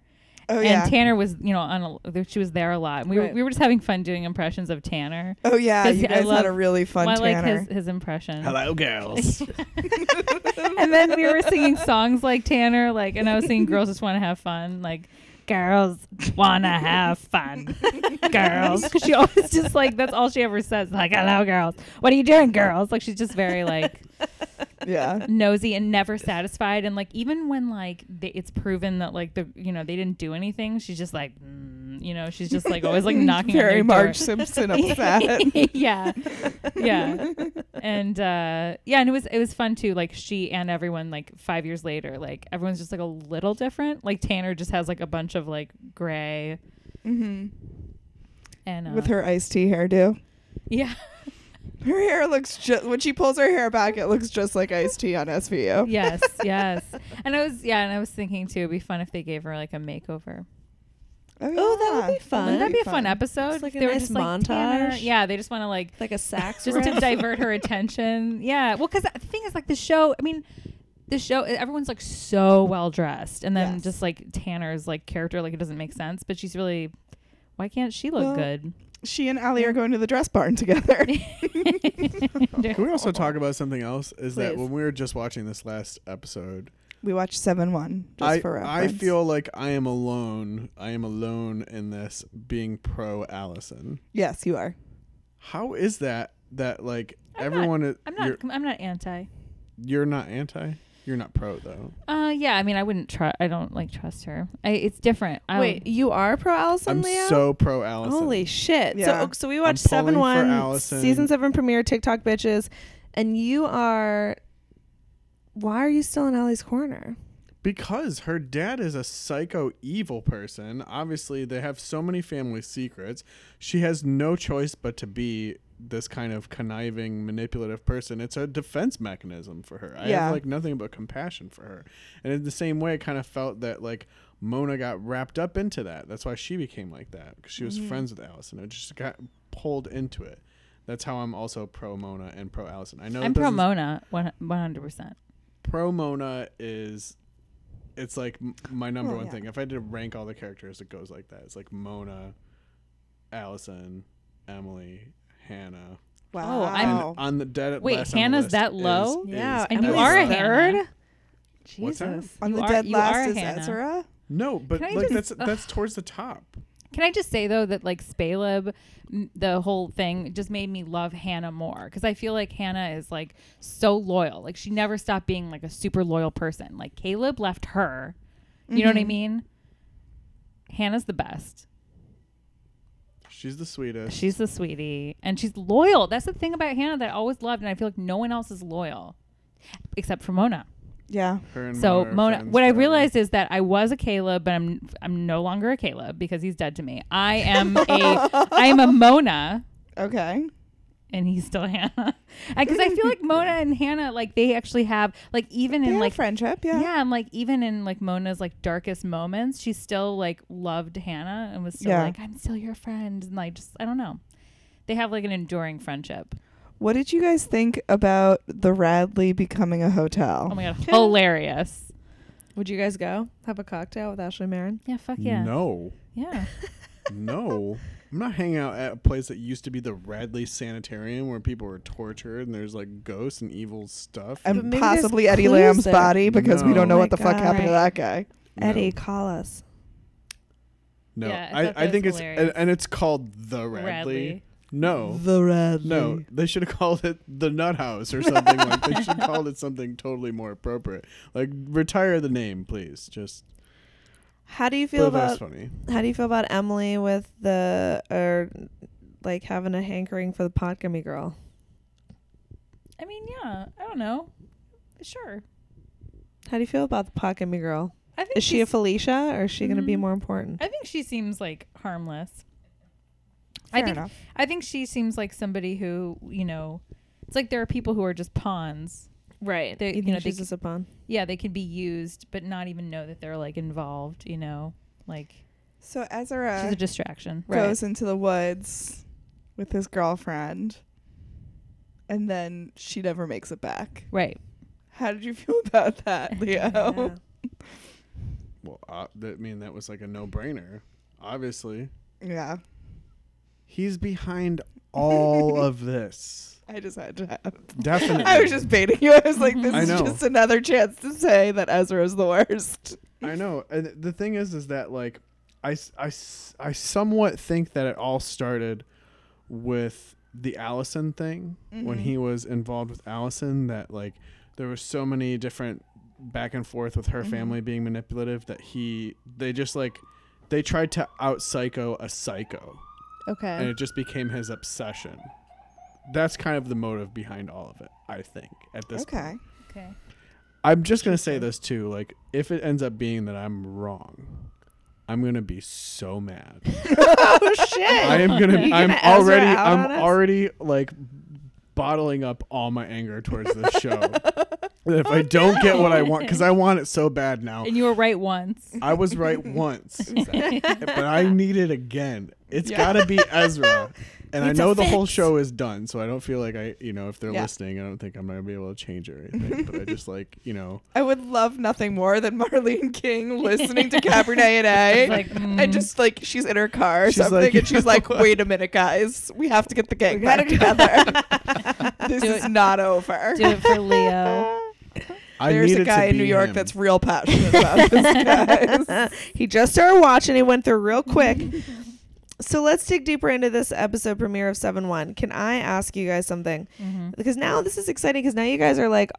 Oh,
and
yeah.
Tanner was, you know, on a, she was there a lot. And we, were,
Right.
we were just having fun doing impressions of Tanner.
oh, yeah.
'Cause
You
I
guys
love-
had a really fun
Well, I like
Tanner.
his, his impression.
Hello, girls.
And then we were singing songs like Tanner, like, and I was singing "Girls Just Want to Have Fun," like, "Girls Want to Have Fun," girls. 'Cause she always just like that's all she ever says, like, "Hello, girls. What are you doing, girls?" Like she's just very like
yeah.
nosy and never satisfied. And like even when like they, it's proven that like the you know they didn't do anything, she's just like, mm, you know, she's just like always like knocking. on
very
their door.
Marge Simpson upset.
yeah yeah and uh yeah and it was it was fun too like she and everyone like five years later like everyone's just like a little different like tanner just has like a bunch of like gray
Mm-hmm.
and uh,
with her iced tea hairdo.
yeah
Her hair looks just when she pulls her hair back, it looks just like iced tea on SVU.
yes yes and i was yeah and i was thinking too it'd be fun if they gave her like a makeover
Oh, that would
yeah.
be fun.
wouldn't that be a fun,
fun.
episode
It's like a
They were
nice
just, Tanner-
montage.
yeah they just want to like
Like a sax
just to divert her attention. Yeah. Well, because the thing is, like, the show, I mean, the show, e, everyone's like so well dressed. And then
Yes.
just like Tanner's like character, like, it doesn't make sense, but she's really, why can't she look
Well,
good?
She and Ali are going to the dress barn together.
Can we also talk about something else? Is that
Please.
when we were just watching this last episode,
we watched Seven One just
I,
for
I
reference.
feel like I am alone. I am alone in this being pro Allison.
yes, you are.
How is that? That like
I'm not-
everyone, is,
I'm not,
You're,
I'm not anti.
you're not anti. You're not pro though.
Uh, yeah. I mean, I wouldn't try. I don't like trust her. I, it's different. I
Wait, you are pro Allison
I'm
Leo?
so pro Allison.
Holy shit.
Yeah.
So so we watched
I'm pulling
seven
for
one
Allison.
season seven premiere TikTok bitches and you are why are you still in Allie's corner?
Because her dad is a psycho evil person. Obviously, they have so many family secrets. She has no choice but to be this kind of conniving, manipulative person. It's a defense mechanism for her. I
Yeah.
have like nothing but compassion for her. And in the same way, I kind of felt that like Mona got wrapped up into that. That's why she became like that because she was friends with Allison. It just got pulled into it. That's how I'm also pro Mona and pro Allison. I know
I'm
that
pro
doesn't-
Mona one hundred percent.
pro Mona is it's like m- my number
Well,
one
yeah.
thing. If I did rank all the characters, it goes like that. It's like Mona, Allison, Emily, Hannah.
Wow.
Oh, I'm-
And on the dead at
Wait,
last on the
Hannah's
list
that
is-
low?
is
and you
Ezra.
are a
Emily's
Hannah.
What's that?
Jesus.
on
you
the
are-
dead
you
last
are
is
Hannah.
Ezra.
No, but
Can I
like
just-
that's that's towards the top.
Can I just say though that like Spaleb, m- the whole thing just made me love Hannah more because I feel like Hannah is like so loyal. Like she never stopped being like a super loyal person. Like Caleb left her. You know what I mean? Hannah's the best.
She's the sweetest.
She's the sweetie and she's loyal. That's the thing about Hannah that I always loved and I feel like no one else is loyal except for Mona.
Yeah.
Her and
So
Mona. are
Mona,
friends
what I
forever.
realized is that I was a Caleb, but I'm I'm no longer a Caleb because he's dead to me. I am a I am a Mona,
Okay.
and he's still Hannah. Because I feel like Mona and Hannah, like they actually have like even
They
in
have
like
friendship. Yeah.
yeah. and like even in like Mona's like darkest moments, she still like loved Hannah and was still
Yeah.
like I'm still your friend, and like just I don't know. They have like an enduring friendship.
What did you guys think about the Radley becoming a hotel?
Oh my god, hilarious!
Would you guys go have a cocktail with Ashley Marin?
Yeah, fuck yeah,
No,
yeah.
no. I'm not hanging out at a place that used to be the Radley Sanitarium where people were tortured and there's like ghosts and evil stuff.
But
and
maybe there's
possibly Eddie
clues
Lamb's
there.
body because we
No.
don't know
Oh
what
my
the fuck
God.
happened to that guy.
No.
Eddie, call us.
No,
Yeah, I
I,
thought
I
that
think
was
it's and,
hilarious.
and it's called the Radley.
Radley.
No,
The Radley.
no, they should have called it the Nut House or something. like they should have called it something totally more appropriate. Like retire the name, please. Just
How do you feel
but
about
that's funny.
how do you feel about Emily with the or like having a hankering for the pot gummy girl?
I mean, yeah, I don't know. Sure.
How do you feel about the pot gummy girl?
I think
Is she a
she's-
Felicia or is she going to be
Mm.
more important?
I think she seems like harmless. I
Fair
think
enough.
I think she seems like somebody who you know. It's like there are people who are just pawns.
Right.
They-
you
you
think
know, they
she's
c-
just a pawn?
Yeah, they can be used, but not even know that they're like involved. You know, like
So
she's
Ezra
a distraction.
goes into the woods with his girlfriend, and then she never makes it back.
Right.
How did you feel about that,
Yeah.
Leo?
Well, uh, that- I mean that was like a no-brainer. Obviously,
Yeah.
he's behind all of this.
I just had to have.
Definitely.
I was just baiting you. I was like, this
I
is
know.
just another chance to say that Ezra's the worst.
I know. And the thing is, is that like, I, s- I s- I somewhat think that it all started with the Allison thing
Mm-hmm.
when he was involved with Allison. That like, there was so many different back and forth with her family being manipulative that he they just like they tried to out psycho a psycho, and
Okay.
it just became his obsession. That's kind of the motive behind all of it, I think. At this point.
Okay.
Okay.
I'm just gonna say this too. Like, if it ends up being that I'm wrong, I'm gonna be so mad.
oh shit.
I am gonna.
You
I'm
gonna Ezra
already.
out
I'm
on us?
already like bottling up all my anger towards this show. That if
Oh,
I don't get what I want, because I want it so bad now.
And you were right once.
I was right once, but I need it again. It's gotta be Ezra. And I know the whole show is done, so I don't feel like I, you know, if they're
Yeah.
listening, I don't think I'm gonna be able to change it or anything. but I just like, you know,
I would love nothing more than Marlene King listening to Cabernet and A.
Like, mm-hmm. mm.
And just like she's in her car or
She's
something,
like,
and she's like, "Wait a minute, guys, we have to get the gang back together. this is not over."
do it for Leo.
I
There's
need
a
it to
guy in
be
New York
him.
that's real passionate about this, guys.
he just started watching. He went through real quick. so let's dig deeper into this episode
Mm-hmm.
premiere of Seven One. Can I ask you guys something? Because now this is exciting. Because now you guys are like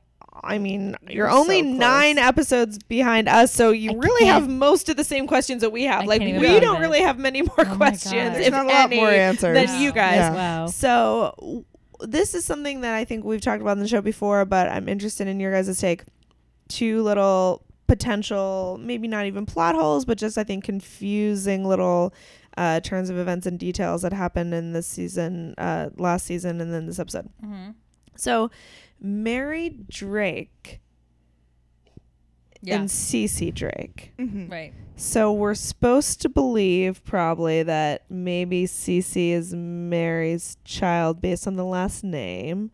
I mean, you're, only nine episodes behind us, so you
I
really have
can't-
most of the same questions that we have.
I
like,
can't
we
even
don't
believe it.
really have many more
my
questions,
God.
There's
if
not a lot
any,
more answers.
than you guys.
Yeah.
Wow.
So w- this is something that I think we've talked about in the show before, but I'm interested in your guys' take. Two little potential, maybe not even plot holes, but just I think confusing little uh, turns of events and details that happened in this season, uh, last season, and then this episode. So Mary Drake
Yeah.
and Cece Drake.
right.
So we're supposed to believe probably that maybe Cece is Mary's child based on the last name.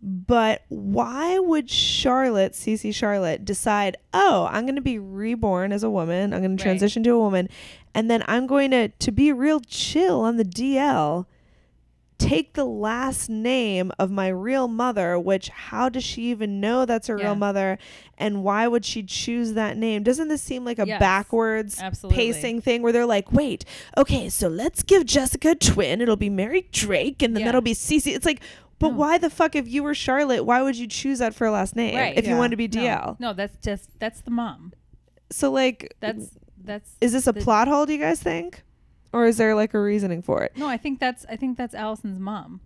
But why would Charlotte, Cece Charlotte, decide, oh, I'm going to be reborn as a woman. I'm going to transition to a woman. And then I'm going to, to be real chill on the DL, take the last name of my real mother, which how does she even know that's her
Yeah.
real mother? And why would she choose that name? Doesn't this seem like a
Yes.
backwards
Absolutely.
pacing thing where they're like, wait, okay, so let's give Jessica a twin. It'll be Mary Drake and then
Yeah.
that'll be Cece. It's like, but why the fuck, if you were Charlotte, why would you choose that for a last name
Right.
if you
Yeah.
wanted to be
No,
DL?
No, that's just that's the mom.
So, like,
That's that's
is this a
the-
plot hole, do you guys think? Or is there like a reasoning for it?
No, I think that's I think that's Allison's mom.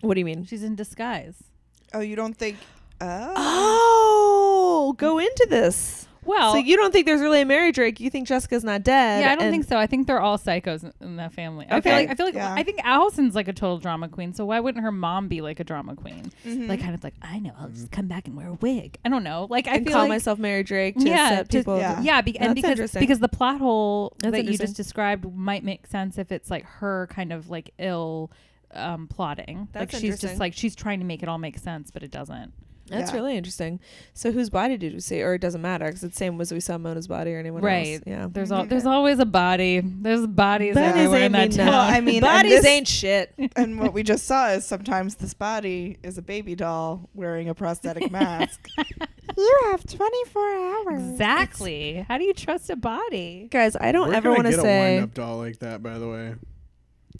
What do you mean?
She's in disguise.
Oh, you don't think? Oh,
Oh, go into this.
Well,
so you don't think there's really a Mary Drake? You think Jessica's not dead?
yeah, I don't
and-
think so. I think they're all psychos in- in that family. I feel
Okay.
like I feel like
Yeah.
I think Allison's like a total drama queen. So why wouldn't her mom be like a drama queen?
Mm-hmm.
Like kind of like I know I'll just come back and wear a wig. I don't know. Like I
And
feel
call
like,
myself Mary Drake to set
to-
people.
yeah.
yeah, be-
That's
and because
interesting.
because the plot hole
That's
that you
interesting.
just described might make sense if it's like her kind of like ill um plotting.
That's
like she's
interesting.
just like she's trying to make it all make sense, but it doesn't.
That's
Yeah.
really interesting. So whose body did we see? Or it doesn't matter because it's same as we saw Mona's body or anyone
Right.
else. Yeah.
There's all there's always a body. There's bodies
Bodies
everywhere
ain't
in that
mean
town.
well, I mean, and
Bodies
this-
ain't shit.
And what we just saw is sometimes this body is a baby doll wearing a prosthetic mask. you have 24 hours.
Exactly. How do you trust a body?
Guys, I don't
We're
ever
gonna
want to
get a
say.
wind-up doll like that, by the way.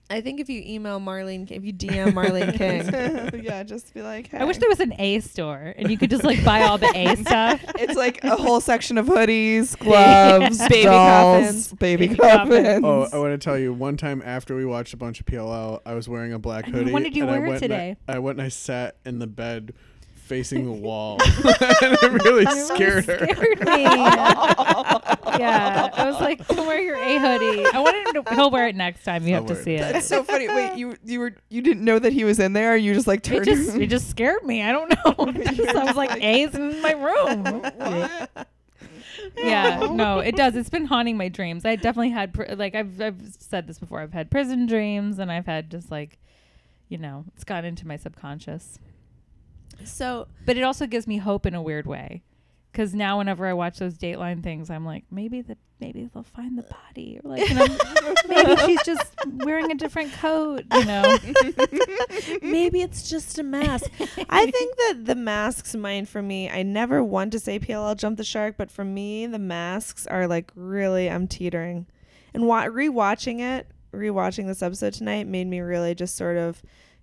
I think if you email Marlene, if you DM Marlene King,
yeah, just be like, hey.
I wish there was an A store and you could just like buy all the A stuff.
it's like a whole section of hoodies, gloves,
Baby
dolls,
coffins.
baby,
Baby coffins.
coffins.
Oh, I want to tell you. One time after we watched a bunch of PLL, I was wearing a black
know,
hoodie.
what did you
and I
wear
went and I-
today?
I, went and I sat in the bed facing the wall, and it really scared her.
Scared me.
oh.
yeah. I was like, don't wear your A hoodie. I wanted him to he'll wear it next time. You
I'll
have to
wear it.
see it.
That's so funny. Wait, you you were you didn't know that he was in there? You just like turned.
It just it just scared me. I don't know. It just- I was like, A's in my room. yeah, no, it does. It's been haunting my dreams. I definitely had pr- like I've I've said this before. I've had prison dreams, and I've had just like, you know, it's gone into my subconscious.
so
But it also gives me hope in a weird way, because now whenever I watch those Dateline things, I'm like, maybe the maybe they'll find the body, or like, you know, maybe she's just wearing a different coat, you know.
maybe it's just a mask. I think that the masks, mine for me, I never want to say PLL jump the shark, but for me, the masks are like really, I'm teetering. And wa- rewatching it, rewatching this episode tonight made me really just sort of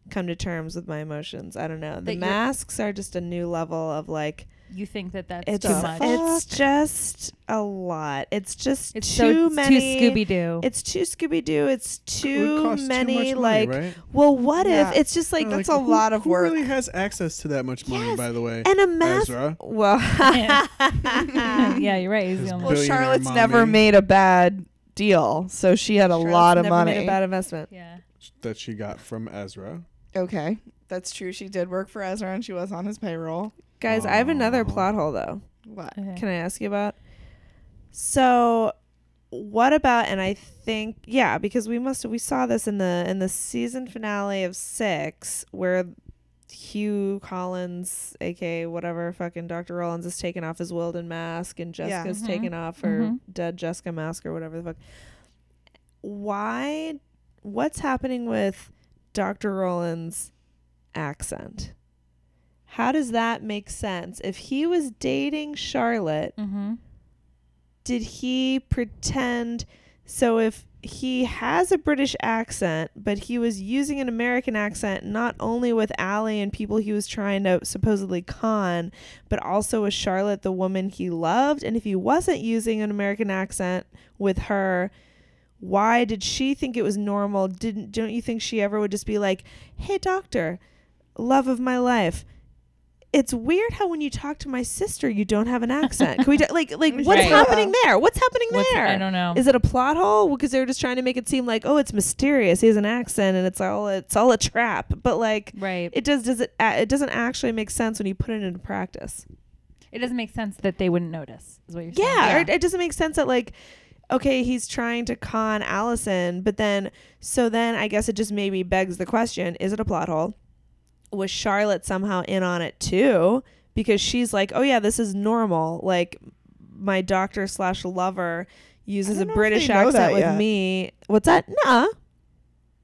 come to terms with my emotions. I don't know. The
That you're-
masks are just a new level of like,
You think that that's
it's
too much?
it's just a lot. It's just
It's so-
too
it's too
many
Scooby Doo.
It's too Scooby Doo. It's
would
too
cost too
many
much money,
like
right?
well what
Yeah.
if it's just like
That's
that's
a
Who-
lot of
who
work.
really has access to that much money,
Yes,
by the way?
and a mask.
Ezra.
Well,
yeah, you're right. He's the only
well,
billionaire
Charlotte's
mommy.
never made a bad deal, so she had a lot of
never made
money.
A bad investment.
Yeah.
that she got from Ezra.
okay, that's true. She did work for Ezra, and she was on his payroll.
Guys, I have another plot hole though.
What?
Okay.
Can I ask you about? So, what about? And I think yeah, because we must we saw this in the in the season finale of six where Hugh Collins, aka whatever fucking Dr. Rollins, is taken off his Wilden mask and
Yeah.
Jessica's taken off her dead Jessica mask or whatever the fuck. Why? What's happening with Dr. Rollins' accent? How does that make sense? If he was dating Charlotte,
Mm-hmm.
did he pretend? So if he has a British accent, but he was using an American accent not only with Allie and people he was trying to supposedly con, but also with Charlotte, the woman he loved. And if he wasn't using an American accent with her, why did she think it was normal? Didn't don't you think she ever would just be like, "Hey, doctor, love of my life." It's weird how when you talk to my sister, you don't have an accent. Can we do, like like what's
Right.
happening there? What's happening
What's-
there?
I don't know.
Is it a plot hole? Because they were just trying to make it seem like, oh, it's mysterious. He has an accent, and it's all it's all a trap. But like,
Right.
it does does it a- it doesn't actually make sense when you put it into practice.
It doesn't make sense that they wouldn't notice. Is what you're saying?
Yeah, or it- it doesn't make sense that like, okay, he's trying to con Allison, but then so then I guess it just maybe begs the question: Is it a plot hole? Was Charlotte somehow in on it too? Because she's like, oh yeah, this is normal. Like my doctor slash lover uses
I
a
don't know if
British
they know that
accent with
yet.
me. What's that? Nah.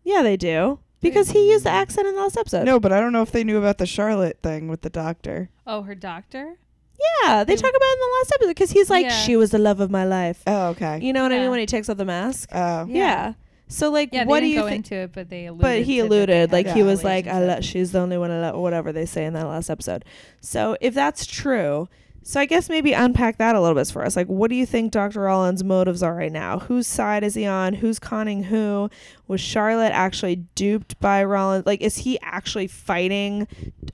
Yeah, they do. Because he used the
Mm.
accent in the last episode.
No, but I don't know if they knew about the Charlotte thing with the doctor.
Oh, her doctor.
Yeah,
Mm.
they talk about it in the last episode because he's like,
Yeah.
she was the love of my life.
Oh, okay.
You know what I
Yeah.
mean when he takes off the mask?
Oh.
Yeah. So like,
Yeah,
what do
they didn't
you
go
think?
into it, but they alluded.
But he
to that they
alluded,
had
like
a
he was like, "I
relationship.
love." She's the only one I love. Whatever they say in that last episode. So if that's true, so I guess maybe unpack that a little bit for us. Like, what do you think Dr. Rollins' motives are right now? Whose side is he on? Who's conning who? Was Charlotte actually duped by Rollins? Like, is he actually fighting?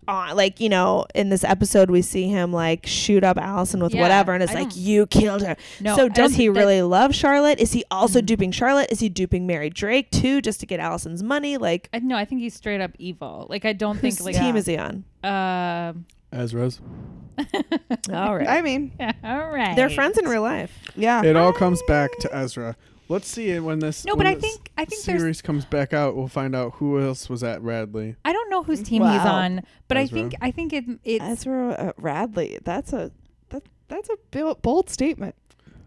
On like you know, in this episode we see him like shoot up Allison with
Yeah,
whatever, and it's
I
like
don't-
you killed her.
No, I
so
don't
does he
think that- Mm-hmm.
really love Charlotte? Is he also duping Charlotte? Is he duping Mary Drake too, just to get Allison's money? Like,
I, no, I think he's straight up evil. Like I don't
whose
think like
team is he on?
uh,
As Rose.
All right,
I mean,
all right.
they're friends in real life.
yeah.
It all comes back to Ezra. Let's see it when this.
Ah. No,
when
but I
this
think- I think there's-
series comes back out. We'll find out who else was at Radley.
I don't know
Mm,
whose team he's
Wow.
on, but
Ezra.
I think I think it, it's
Ezra uh, Radley. That's a that, that's a bil- bold statement.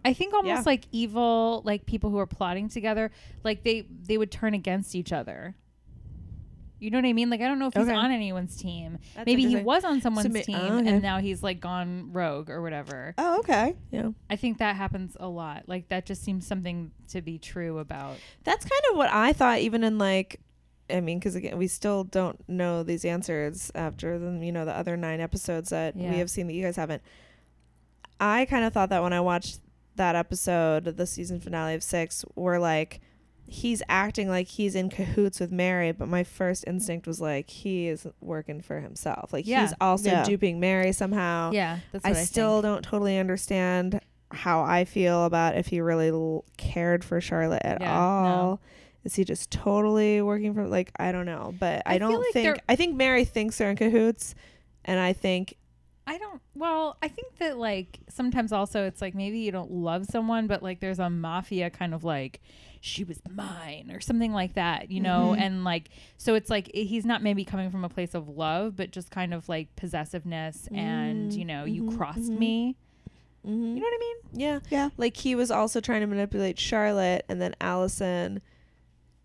I think almost
Yeah.
like evil like people who are plotting together, like they they would turn against each other. You know what I mean? Like I don't know if he's
Okay.
on anyone's team. Maybe he
interesting.
was on someone's
may-
team
oh, okay.
and now he's like gone rogue or whatever.
Oh, okay.
Yeah,
I think that happens a lot. Like that just seems something to be true about.
that's kind of what I thought. Even in like, I mean, because again, we still don't know these answers after the you know the other nine episodes that
Yeah.
we have seen that you guys haven't. I kind of thought that when I watched that episode, the season finale of six, where like he's acting like he's in cahoots with Mary, but my first instinct was like he is working for himself. Like
Yeah.
he's also
Yeah.
duping Mary somehow.
Yeah, that's
Oh. I,
what I,
still don't totally understand how I feel about if he really l- cared for Charlotte at
Yeah, no.
all. Is he just totally working for like I don't know, but I,
I feel
don't
like
think
they're-
I think Mary thinks they're in cahoots, and I think
I don't. Well, I think that like sometimes also it's like maybe you don't love someone, but like there's a mafia kind of like she was mine or something like that, you know. And like so it's like i- he's not maybe coming from a place of love, but just kind of like possessiveness and you know you crossed me. You know what I mean?
yeah,
Yeah.
like he was also trying to manipulate Charlotte, and then Allison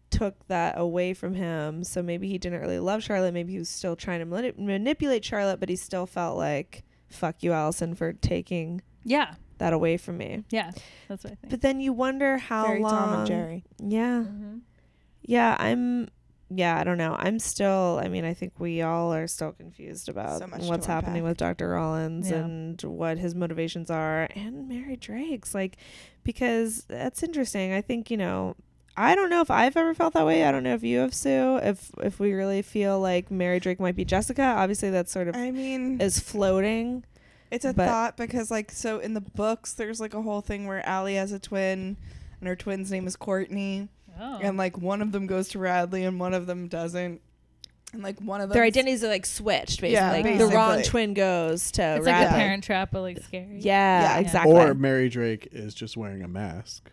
took that away from him. So maybe he didn't really love Charlotte. Maybe he was still trying to mani- manipulate Charlotte, but he still felt like fuck you, Allison, for taking
Yeah,
that away from me.
yeah. That's what I think. Mm-hmm.
But then you wonder how
Very
long.
Tom and Jerry.
Yeah, yeah. I'm. Yeah, I don't know. I'm still. I mean, I think we all are still confused about
So much to
what's happening with Dr. Rollins
Yeah.
and what his motivations are, and Mary Drake's. Like, because that's interesting. I think you know. I don't know if I've ever felt that way. I don't know if you have, Sue. If if we really feel like Mary Drake might be Jessica, obviously that's sort of
I mean,
is floating.
It's a
But-
thought because, like, so in the books, there's like a whole thing where Allie has a twin, and her twin's name is Courtney,
Oh.
and like one of them goes to Radley and one of them doesn't, and like one of them
Their identities are like switched, basically.
Yeah,
like the
basically.
wrong twin goes to
Oh. It's like
Radley.
a parent trap, but like scary.
Yeah,
Yeah.
exactly.
Or Mary Drake is just wearing a mask.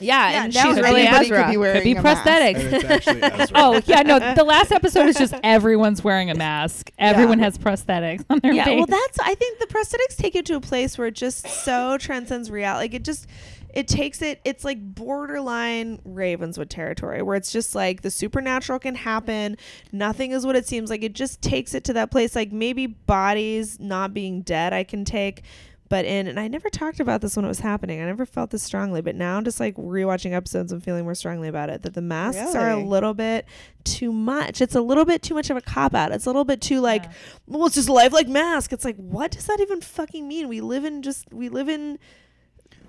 yeah,
Yeah,
and
now
she's really
everybody
Ezra.
could be wearing
Could be
a mask.
prosthetics.
And it's actually Ezra.
Oh yeah, no. The last episode is just everyone's wearing a mask. Everyone has prosthetics on their
yeah,
face.
well, that's. I think the prosthetics take it to a place where it just so transcends reality. Like it just, it takes it. It's like borderline Ravenswood territory, where it's just like the supernatural can happen. Nothing is what it seems like. It just takes it to that place. Like maybe bodies not being dead, I can take. But in, and I never talked about this when it was happening. I never felt this strongly, but now I'm just like rewatching episodes and feeling more strongly about it that the masks are a
Really?
little bit too much. It's a little bit too much of a cop out. It's a little bit too like, well, it's just life like mask. It's like, what does that even fucking mean? We live in just, we live in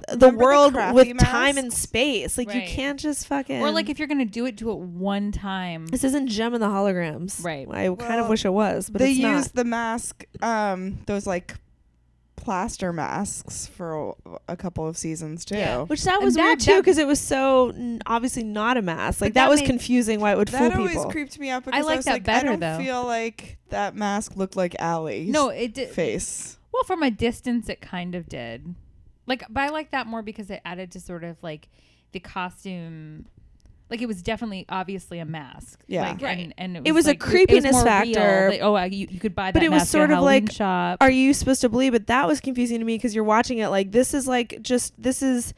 the
Remember the
world
crappy
with time
mask?
and space. Like,
Right.
you can't just fucking.
Or like if you're gonna do it, do it one time.
This isn't Gem and the Holograms.
Right.
I kind
Well,
of wish it was, but
they
it's not.
used the mask, um, those like plaster masks for a, a couple of seasons too.
Yeah.
Which that
And
was
that-
weird too,
that-
because it was so n- obviously not a mask. Like
But
that,
that
was
made-
confusing. Why it would
That
fool
always
people.
creeped me out because I,
like
was
that
like,
better,
I don't
though.
feel like that mask looked like Allie's
No, it did.
face.
Well, from a distance, it kind of did. Like, but I like that more because it added to sort of like the costume. Like it was definitely obviously a mask.
Yeah.
like,
Right.
And, and it was
It was a
like,
creepiness
more real.
factor.
Like, oh, I, you, you could buy that.
But it was
mask at a
sort of
Halloween
like,
shop.
Are you supposed to believe? But that was confusing to me because you're watching it like this is like just this is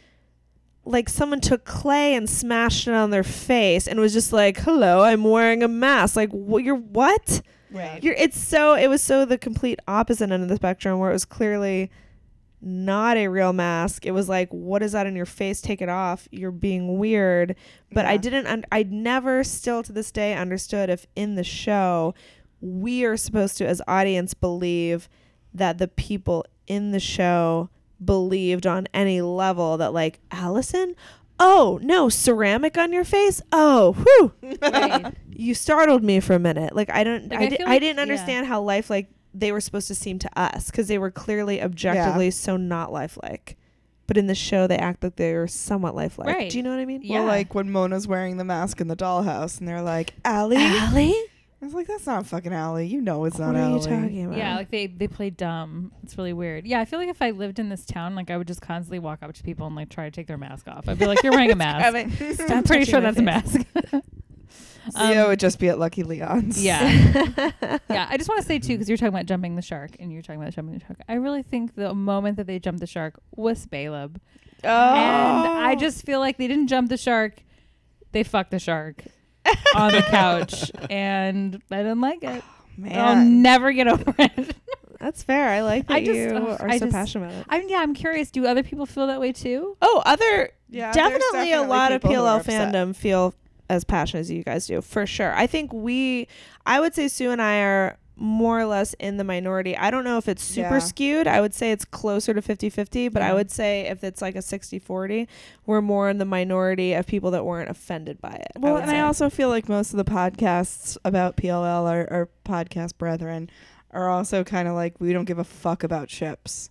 like someone took clay and smashed it on their face and was just like, "Hello, I'm wearing a mask." Like, wh- you're what?
Right.
You're, it's so it was so the complete opposite end of the spectrum where it was clearly not a real mask. It was like, what is that on your face? Take it off. You're being weird. But I
Yeah.
didn't. Un- I never, still to this day, understood if in the show we are supposed to, as audience, believe that the people in the show believed on any level that like Allison. Oh no, ceramic on your face. Oh, whew
Right.
you startled me for a minute. Like I don't,
Like,
I,
I
di-
feel
I
like-
didn't
yeah.
understand how lifelike they were supposed to seem to us because they were clearly objectively so not lifelike. But in the show, they act like they are somewhat lifelike.
Right.
Do you know what I mean?
Yeah.
Well, like when Mona's wearing the mask in the dollhouse, and they're like, "Allie," I
Allie,
was like, "That's not fucking Allie. You know it's
what
not
are
Allie."
you talking about?
Yeah, like they they play dumb. It's really weird. Yeah, I feel like if I lived in this town, like I would just constantly walk up to people and like try to take their mask off. I'd be like, "You're wearing a mask." I'm pretty sure that's a mask.
So yeah, it would just be at Lucky Leon's.
Um, Yeah. yeah. I just want to say, too, because you're talking about jumping the shark and you're talking about jumping the shark. I really think the moment that they jumped the shark was Baleb.
Oh,
And
Oh,
I just feel like they didn't jump the shark, they fucked the shark on the couch. And I didn't like it.
oh,
I'll
man.
never get over it.
that's fair. I like that
I just-
you
ugh,
are
I
so
just-
passionate about it.
I'm, yeah, I'm curious. Do other people feel that way, too?
Oh, other
Yeah, there's
definitely, a
definitely
lot of
people who are
PLL
upset.
fandom feel as passionate as you guys do, for sure. I think we, I would say Sue and I are more or less in the minority. I don't know if it's super
Yeah.
skewed. I would say it's closer to 50 50, but I would say if it's like a 60 40, we're more in the minority of people that weren't offended by it.
Well,
would
and I
say.
also feel like most of the podcasts about PLL, our, our podcast brethren, are also kind of like we don't give a fuck about ships.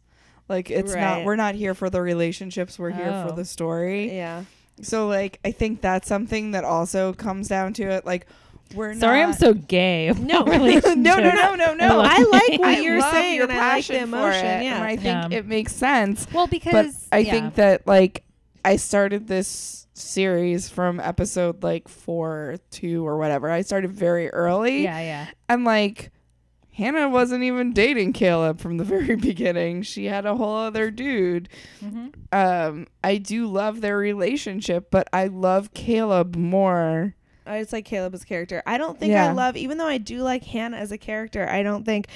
Like it's
Right.
not we're not here for the relationships, we're here
Oh.
for the story.
yeah.
So like I think that's something that also comes down to it. Like we're
Sorry,
not,
I'm so gay. No, really.
no, no, no, no, no.
No, I like what
I
you're
love
saying,
your
and I like the
passion for
emotion.
it,
Yeah.
and I think
Yeah.
it makes sense.
Well,
But
because
I
yeah.
think that like I started this series from episode like four, or two, or whatever. I started very early,
Yeah, yeah.
and like Hannah wasn't even dating Caleb from the very beginning. She had a whole other dude.
Mm-hmm.
Um, I do love their relationship, but I love Caleb more.
I just like Caleb as a character. I don't think I
Yeah.
love, even though I do like Hannah as a character, I don't think,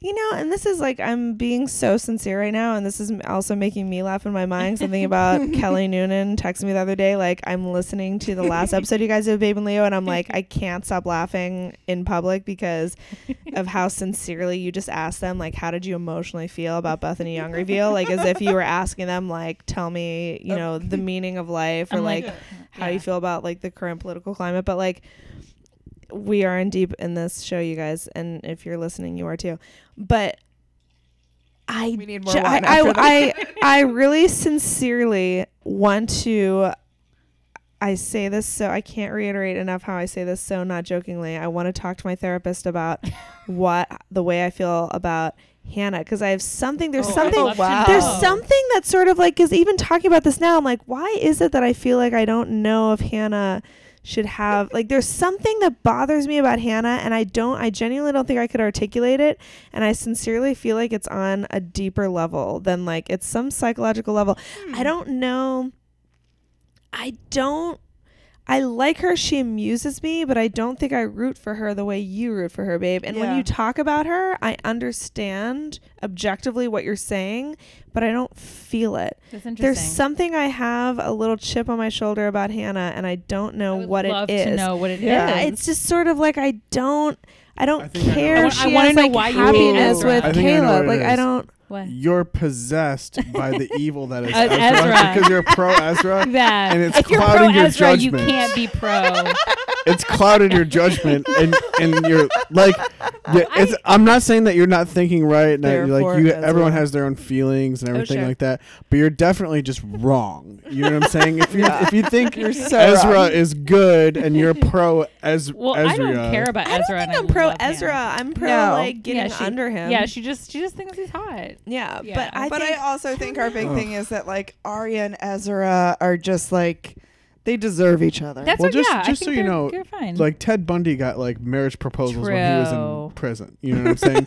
you know, and this is like, I'm being so sincere right now. And this is m- also making me laugh in my mind. Something about Kelly Noonan texted me the other day. Like, I'm listening to the last episode you guys did of Babe and Leo, and I'm like, I can't stop laughing in public because of how sincerely you just asked them, like, how did you emotionally feel about Bethany Young reveal? Like, as if you were asking them, like, tell me, you know, the meaning of life or
Uh, I'm like,
like, how you feel about like the current political climate but like we are in deep in this show you guys and if you're listening you are too but i
We need more
ju-
wine
I,
after
I, I, I really sincerely want to i say this so i can't reiterate enough how i say this so not jokingly i want to talk to my therapist about what the way i feel about hannah because i have something there's
Oh, I'd
something
love to
wow.
there's
know.
something that sort of like is even talking about this now. I'm like, why is it that I feel like I don't know if Hannah should have like there's something that bothers me about Hannah and I don't I genuinely don't think I could articulate it and I sincerely feel like it's on a deeper level than like it's some psychological level. I don't know I don't I like her. She amuses me, but I don't think I root for her the way you root for her, babe. And when
Yeah.
you talk about her, I understand objectively what you're saying, but I don't feel it.
That's
There's
interesting.
something I have a little chip on my shoulder about Hannah, and I don't know
I would
what
love
it is.
to know what it is.
yeah, it's just sort of like I don't. I don't
I think I know
care.
what-
I
she
wanna
has,
know
like,
why you hate
happiness
Ezra.
with
I think I know
Caleb.
what it
like I
is.
don't.
what?
You're possessed by the evil that is
Uh,
Ezra,
Ezra.
because you're pro Ezra,
Yeah.
and it's
if you're pro
clouding your
Ezra, you
judgment.
can't be pro.
it's clouded your judgment, and and you're like, yeah, it's, I'm not saying that you're not thinking right, and that you're
Therefore,
like you,
Ezra.
everyone has their own
Oh,
feelings and everything
sure.
like that, but you're definitely just wrong. You know what I'm saying? If you if you think
so
Ezra
wrong.
is good and you're pro Ez-
Well,
Ezra,
I don't care about
I don't
Ezra.
think
and
I'm pro
love him.
Ezra. I'm pro
No.
like getting
yeah, she,
under him.
Yeah, she just she just thinks he's hot.
Yeah,
Yeah.
but I
But
but
think
I also think our big thing is that like Arya and Ezra are just like they deserve each other.
That's
Well,
what,
just
yeah, I
just
think
so you
they're-
know,
they're fine.
like Ted Bundy got like marriage proposals when he was
True.
in prison. You know what I'm saying?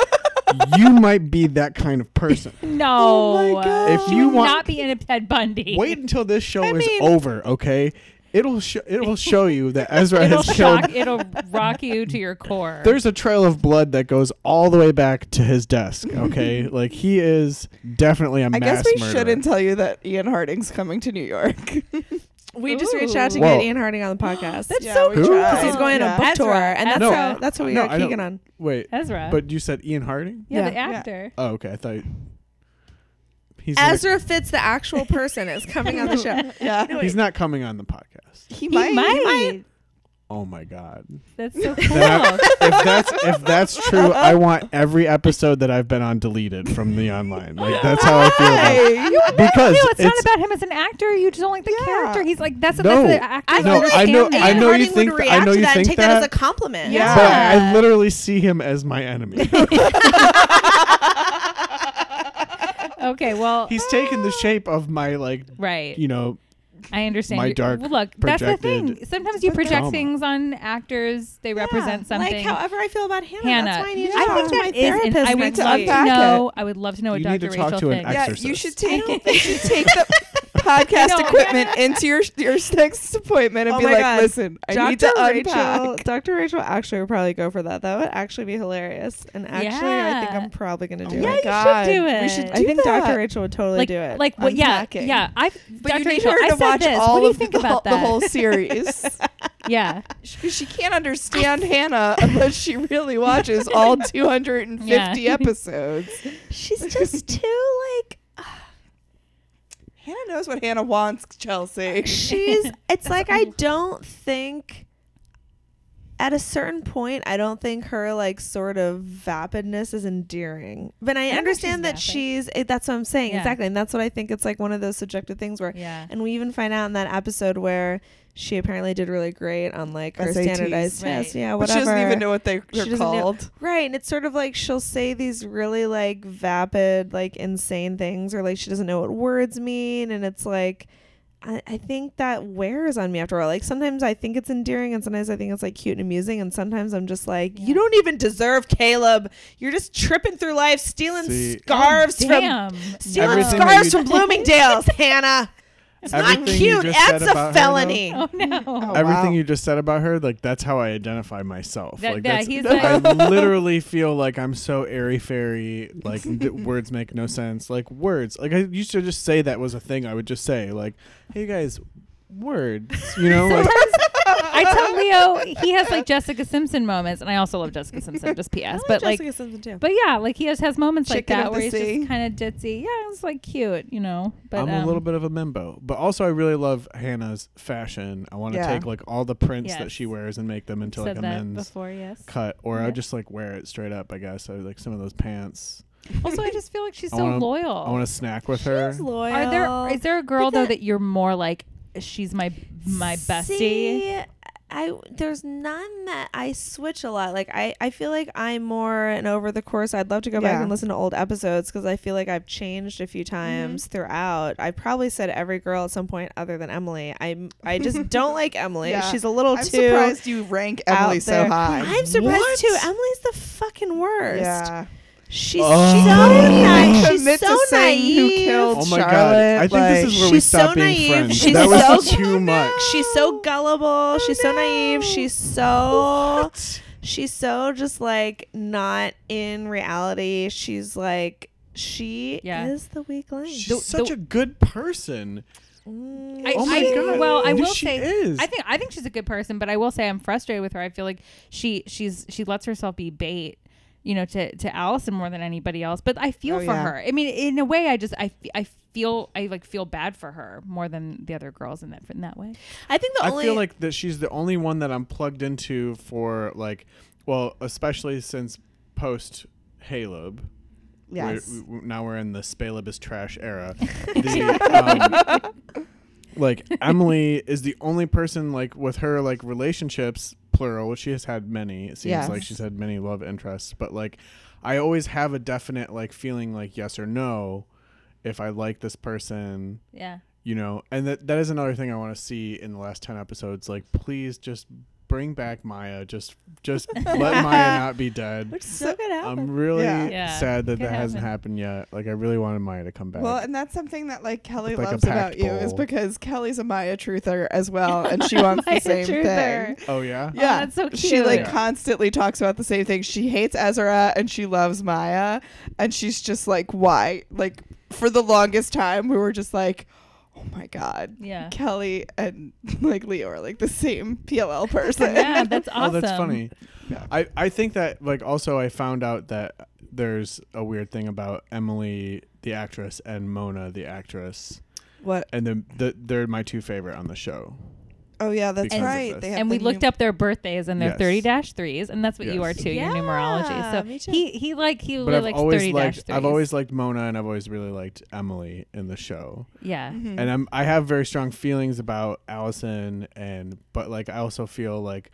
you might be that kind of person.
no,
Oh If
She
you
would
want-
not be in a Ted Bundy.
Wait until this show is
mean-
over, okay? It'll sh- it'll show you that Ezra
it'll
has killed.
shock, it'll rock you to your core.
There's a trail of blood that goes all the way back to his desk, okay? like he is definitely a
I
mass
guess we
murderer.
shouldn't tell you that Ian Harding's coming to New York.
we just reached out to
Whoa.
get Ian Harding on the podcast. that's
Yeah, so we cool. tried.
Because he's going on
Yeah.
a book
Ezra,
tour, and that's
Ezra.
how that's how we
No, I
got
don't-
Keegan on.
Wait,
Ezra.
but you said Ian Harding?
yeah, the
Yeah.
actor.
Oh, okay. I thought you- he's not-
Ezra fits the actual person is coming on the show.
yeah,
he's not coming on the podcast.
he,
He might.
Oh my god.
That's so cool.
Then I- if that's if that's true, I want every episode that I've been on deleted from the online. Like that's how I feel about it.
Hey.
Because
no, it's, not
it's-
about him as an actor. You just don't like the
Yeah.
character. He's like that's
No.
that's the actor.
I No, I know- I know you think
would
th- I
react
know
to
you
that and
think
take that as
that.
a compliment.
Yeah.
But I literally see him as my enemy.
Okay, well,
He's taken the shape of my like,
right.
you know,
I understand.
my
You're-
dark
well, look, that's the
projected
thing. Sometimes you project
trauma.
things on actors. They represent
Like
something.
however I feel about Hannah.
Hannah,
That's why I need to
I
talk
think
to my
that is an-
therapist
I would
next
love
week.
to
Unpack
know. I would love to know what
You
Dr.
need to talk
Rachel
to an
thinks.
Yeah, you
Exorcist.
should take you should take the podcast
know.
equipment into your your next appointment and
Oh
be
my
like,
God.
listen, I need to
Dr.
unpack. Oh
Rachel, Dr. Rachel actually would probably go for that. That would actually be hilarious. And actually, I think
Yeah.
I'm probably going to do
yeah,
it.
you
God.
should do
We
it.
should
I think
that.
Dr. Rachel would totally
like,
do it.
Like what? Yeah,
Unpacking.
yeah. I,
But
Dr.
you need
Rachel,
her
I
to
said
watch
this.
all
what do you
of
think
the,
about
whole-
that?
the whole series.
yeah,
she, she can't understand Hannah unless she really watches all 250
Yeah.
episodes.
she's just too like uh,
Hannah knows what Hannah wants,
Uh,
Chelsea.
she's it's like I don't think at a certain point I don't think her like sort of vapidness is endearing. But I,
she's
understand that
vapid.
she's eh, that's what I'm saying.
Yeah.
Exactly. And that's what I think it's like one of those subjective things where
yeah.
and we even find out in that episode where she apparently did really great on like her
SATs.
standardized
Right.
test. Yeah,
But
whatever.
she doesn't even know what they,
She
they're
doesn't know.
called.
Right, and it's sort of like she'll say these really like vapid, like insane things, or like she doesn't know what words mean, and it's like, I, I think that wears on me after a while. Like sometimes I think it's endearing, and sometimes I think it's like cute and amusing, and sometimes I'm just like, you don't even deserve Caleb. You're just tripping through life, stealing
See-
scarves from
Oh, Damn.
stealing
Everything that
scarves
you-
from Bloomingdale's, Hannah. It's not
Everything you
cute.
just said
That's
about
a
her, though-
felony.
Oh no.
everything
wow.
you just said about her, like that's how I identify myself.
That-
like
that
that's,
he's
I
like-
literally feel like I'm so airy fairy. Like d- words make no sense. Like words. Like I used to just say that was a thing. I would just say like, "Hey guys, words." You know, like
I tell Leo he has like Jessica Simpson moments, and I also love Jessica Simpson. Just P.S. but like,
Jessica Simpson too.
but yeah, like he just has moments like
Chicken
that
of
where
the
he's
sea.
just kind of ditzy. Yeah, it's like cute, you know. But
I'm a
um,
little bit of a membo, but also I really love Hannah's fashion. I want to
Yeah.
take like all the prints that she
Yes.
wears and make them into
said
like
that
a men's
before. Yes.
cut, or I
Yeah.
would just like wear it straight up. I guess I like some of those pants.
Also, I just feel like she's
I
so
wanna-
loyal.
I want to snack with her.
loyal.
Are there is there a girl though
that-
that you're more like she's my my bestie?
See, I there's none that I switch a lot. Like I, I feel like I'm more and over the course. I'd love to go back
Yeah.
and listen to old episodes because I feel like I've changed a few times
Mm-hmm.
throughout. I probably said every girl at some point other than Emily. I I just don't like Emily.
Yeah.
She's a little
I'm
too
surprised you rank Emily
out
so
there.
high.
I'm surprised
What?
too. Emily's the fucking worst.
Yeah.
She's
Oh.
so nice. She's
commit
so
to saying who
naive.
killed
Oh my
Charlotte.
god! I think
like,
this is where we
she's so
stop being
naive.
friends.
She's
that was
so-
too much.
She's so gullible. she's so naive. She's so she's so just like not in reality. She's like she
Yeah.
is the weak link.
She's
The-
such
the-
a good person.
I,
Oh my
I-
God.
Well, I
Yes,
will
she
say,
is.
I think I think she's a good person, but I will say I'm frustrated with her. I feel like she she's she lets herself be bait, you know, to to Allison more than anybody else. But I feel
Oh,
for
yeah.
her. I mean, in a way, I just I, fe- I feel I like feel bad for her more than the other girls in that in that way.
I think the
I
only
feel like that she's the only one that I'm plugged into for like, well, especially since post Haleb. we're-
Yes.
we- we- now we're in the Spaleb is trash era. The, um, like Emily is the only person like with her like relationships plural. which She has had many. It seems
Yes.
like she's had many love interests, but like I always have a definite like feeling like yes or no if I like this person
Yeah.
you know and that that is another thing i want to see in the last 10 episodes like please just bring back maya just just let maya not be dead
which is so good happen.
i'm really
Yeah.
Yeah,
sad that
could
that hasn't
happen.
happened yet like i really wanted maya to come back
Well, and that's something that like Kelly
With, like, a
loves about
packed
you is
bowl.
because Kelly's a Maya truther as well, and she wants the
Maya
same
truther.
thing.
oh yeah
Yeah,
that's so
She like
cute.
constantly talks about the same thing. She hates Ezra and she loves Maya, and she's just like, why? Like for the longest time, we were just like, oh my god,
Yeah.
Kelly and like Leo are like the same PLL person.
Yeah, that's awesome.
oh that's funny i i think that like also i found out that there's a weird thing about emily the actress and mona the actress
What?
and then the, they're my two favorite on the show
Oh yeah, that's
Because of
right.
this.
They have
And
the
we
new-
looked up their birthdays and their
Yes.
30 3s, and that's what you are
Yes.
too,
Yeah,
your numerology. So
me too.
he, he like, he
but
really
I've
likes
always
30
liked
3s.
I've always liked Mona and I've always really liked Emily in the show.
yeah.
Mm-hmm.
and I'm I have very strong feelings about Allison and but like I also feel like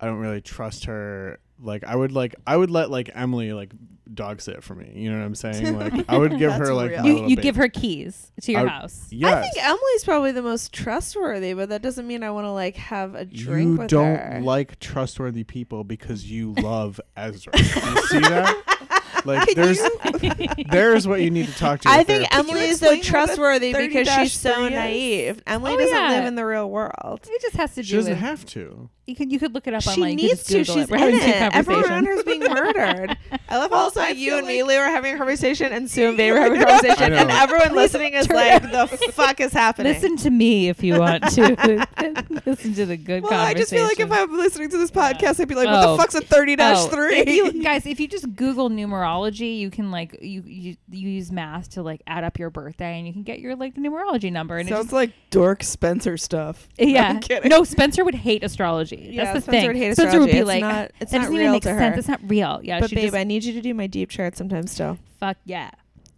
I don't really trust her. Like I would like I would let like Emily like dog sit for me. You know what I'm saying? Like I would give her
That's
like
real.
my
You-
little
You, you'd give
baby.
her keys to your
I-
house.
Yes.
I think Emily's probably the most trustworthy, but that doesn't mean I want to like have a drink
you
with
don't
her.
like trustworthy people because you love Ezra. you see that? Like there's there's what you need to talk to.
I
your
think
therapist
Emily is so
explain what a
trustworthy
30
because she's so
3 is?
naive. Emily
Oh,
doesn't
yeah.
live in the real world.
It just has to
She
do
doesn't
with
have to.
You could you could look it up
She
online. you could
needs
just
to.
Google
She's
We're
in
having the
it. Everyone around
conversation.
her is being murdered. I love also
I
you
feel
and me, Lee, were having a conversation, and Sue and Babe were having a conversation,
I
and
know.
everyone listening is like, "The fuck is happening?"
Listen to me if you want to. Listen to the good
Well,
conversation.
I just feel like if I'm listening to this podcast, I'd be like, "What
Oh.
the fuck's a thirty
Oh,
three?
if you- guys, if you just Google numerology, you can like you, you you use math to like add up your birthday, and you can get your like the numerology number. And it
Sounds
just,
like dork Spencer stuff.
yeah,
I'm kidding.
no, Spencer would hate astrology.
Yeah,
That's the
Spencer
thing.
would hate
Spencer would
astrology.
be
It's
like,
not- it's
that
not
doesn't
real
even make
to
sense.
her.
It's not real. Yeah,
but
she
babe,
just,
I need you to do my deep chart sometime still.
fuck yeah.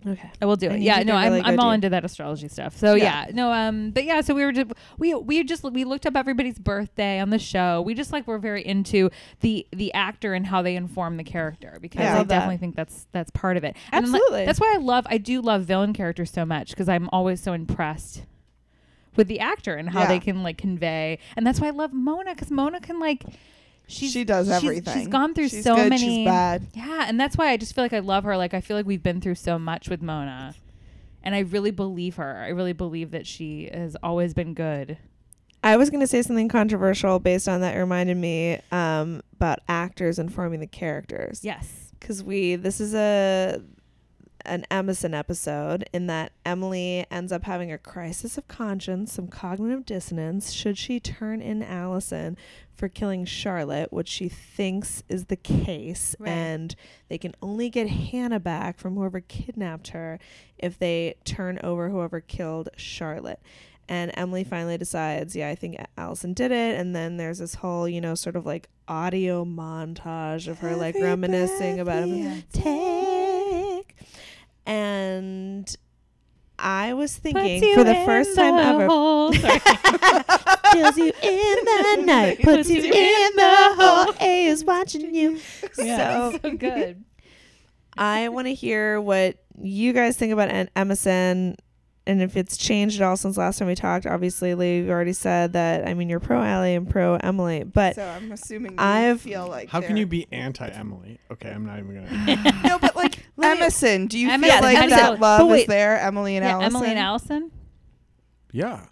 Okay.
I will do
I
it.
need
Yeah,
you to
no, I'm,
really go
I'm all
deep.
into that astrology stuff. So yeah.
Yeah.
no, um, but yeah, so we were just we we just we looked up everybody's birthday on the show. We just like were very into the the actor and how they inform the character because
Yeah.
I,
Love that.
definitely think that's that's part of it. And I'm like-
Absolutely.
that's why I love I do love villain characters so much because I'm always so impressed with the actor and how
Yeah.
they can like convey. And that's why I love Mona because Mona can like. She's,
She does
she's- She's
everything.
gone through
She's
so
good,
many.
she's bad.
Yeah, and that's why I just feel like I love her. Like I feel like we've been through so much with Mona. And I really believe her. I really believe that she has always been good.
I was going to say something controversial based on that. It reminded me um, about actors informing the characters.
Yes.
because we this is a an Emerson episode in that Emily ends up having a crisis of conscience, some cognitive dissonance. Should she turn in Allison for killing Charlotte, which she thinks is the case,
Right.
and they can only get Hannah back from whoever kidnapped her if they turn over whoever killed Charlotte. And Emily finally decides, yeah, I think Allison did it. And then there's this whole, you know, sort of like audio montage of her like reminiscing about him. Take. And I was thinking for the first time ever, kills you in the night, puts you in the hole, A is watching you.
Yeah.
So
So, good.
I want to hear what you guys think about An- Emerson and if it's changed at all since last time we talked, obviously, Lee, you've already said that. I mean, you're pro Allie and pro Emily, but
So I'm assuming I
I've-
feel like
How can
they're-
you be anti Emily? Okay, I'm not even gonna.
No, but like Emerson, do you
Emerson,
feel like
Emerson.
that
But
love is
wait.
there? Emily and
Yeah,
Allison.
Emily and Allison.
yeah.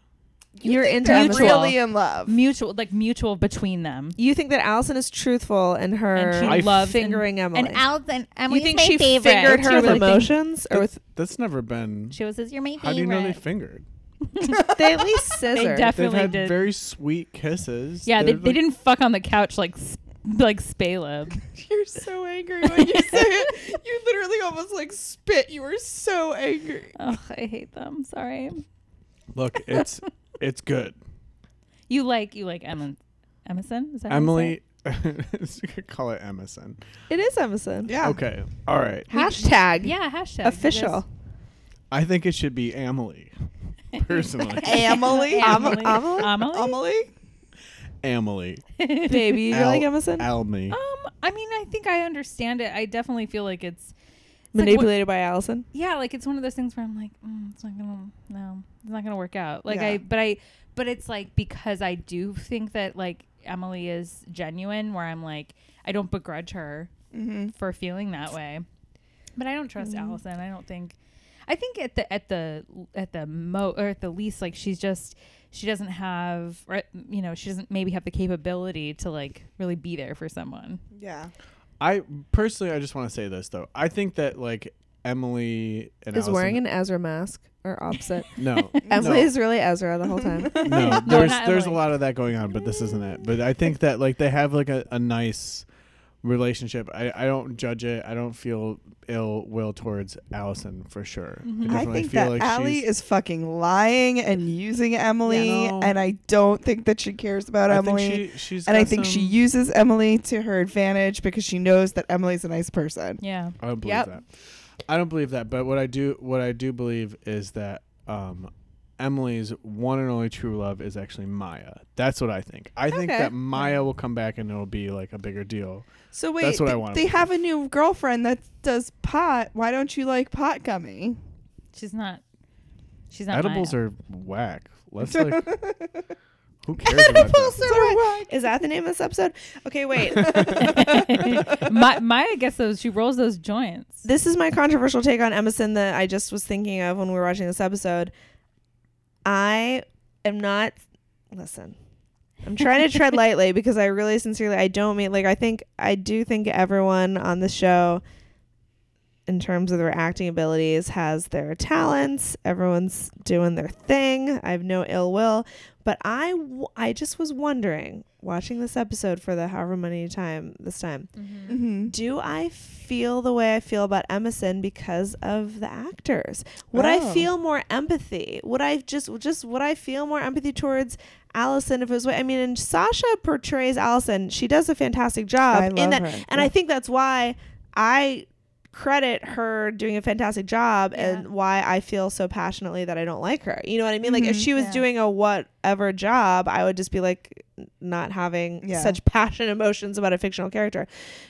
you are into
They're
Mutual.
really in love.
Mutual, like mutual between them.
You think that Allison is truthful in her
And she
I
loves
fingering
and,
Emily.
And Allison,
you
Emily.
think
my
she
favorite.
fingered
She
her with
really think-
emotions or with
That's never been.
She was, "You're my favorite."
How do you know they fingered?
they at least scissor?
They've
definitely
had
did.
very sweet kisses.
yeah, they,
They're
they
like-
didn't fuck on the couch like s- like Spaleb.
You're so angry when you say it. You literally almost like spit. You were so angry.
Ugh, I hate them. Sorry.
Look, it's it's good.
You like you like Emma, Emerson? Is that how you say it?
Emily, call it Emerson.
It is Emerson.
Yeah.
Okay, all right.
Hashtag
Yeah, hashtag
official.
I think it should be Emily. Personally,
Emily.
Emily.
Emily?
Emily?
Emily.
Emily.
Baby, you
Al-
like Emerson?
Almy.
Um, I mean, I think I understand it. I definitely feel like it's it's like what-
Manipulated by Allison.
yeah, like it's one of those things where I'm like, mm, it's not gonna, no, it's not gonna work out. Like
Yeah.
I, but I, but it's like because I do think that like Emily is genuine, where I'm like, I don't begrudge her for feeling that way, but I don't trust Allison. I don't think, I think at the at the at the mo or at the least, like she's just she doesn't have, or you know, she doesn't maybe have the capability to like really be there for someone.
Yeah.
I personally, I just want to say this though. I think that like Emily and
Is
Allison-
wearing an Ezra mask or opposite.
no.
Emily is really Ezra the whole time.
no, there's
not
there's a
Emily.
lot of that going on, but this isn't it. But I think that like they have like a, a nice relationship. I, I don't judge it. I don't feel ill will towards Allison for sure. I
Mm-hmm. I
definitely
think
feel
that
like
Allie
she's,
is fucking lying and using Emily,
No.
and I don't think that she cares about
I
Emily.
Think she, she's
and I
got
think she
some-
uses Emily to her advantage because she knows that Emily's a nice person.
Yeah.
I don't believe
Yep.
that. I don't believe that. But what I do what I do believe is that um, Emily's one and only true love is actually Maya. That's what I think. I think
Okay.
that Maya will come back and it'll be like a bigger deal.
So wait,
That's what
they,
I wanna
they
believe.
have a new girlfriend that does pot. Why don't you like pot gummy?
She's not. She's not.
Edibles
mine.
are whack. Let's like who cares about that?
Is that the name of this episode? Okay, wait.
Ma- Maya gets those. She rolls those joints.
this is my controversial take on Emerson that I just was thinking of when we were watching this episode. I am not listen. I'm trying to tread lightly because I really sincerely I don't mean like I think I do think everyone on the show in terms of their acting abilities has their talents. Everyone's doing their thing. I have no ill will, but I w- I just was wondering watching this episode for the however many time this time
Mm-hmm.
do I feel the way I feel about Emerson because of the actors? Would
Oh.
I feel more empathy? Would I just just would I feel more empathy towards Allison if it was? I mean, and Sasha portrays Allison. She does a fantastic job
I
in
love
that,
her,
and
yeah.
I think that's why I credit her doing a fantastic job and why I feel so passionately that I don't like her. You know what I mean? Like
Mm-hmm.
if she was doing a whatever job, I would just be like not having
Yeah.
such passion emotions about a fictional character.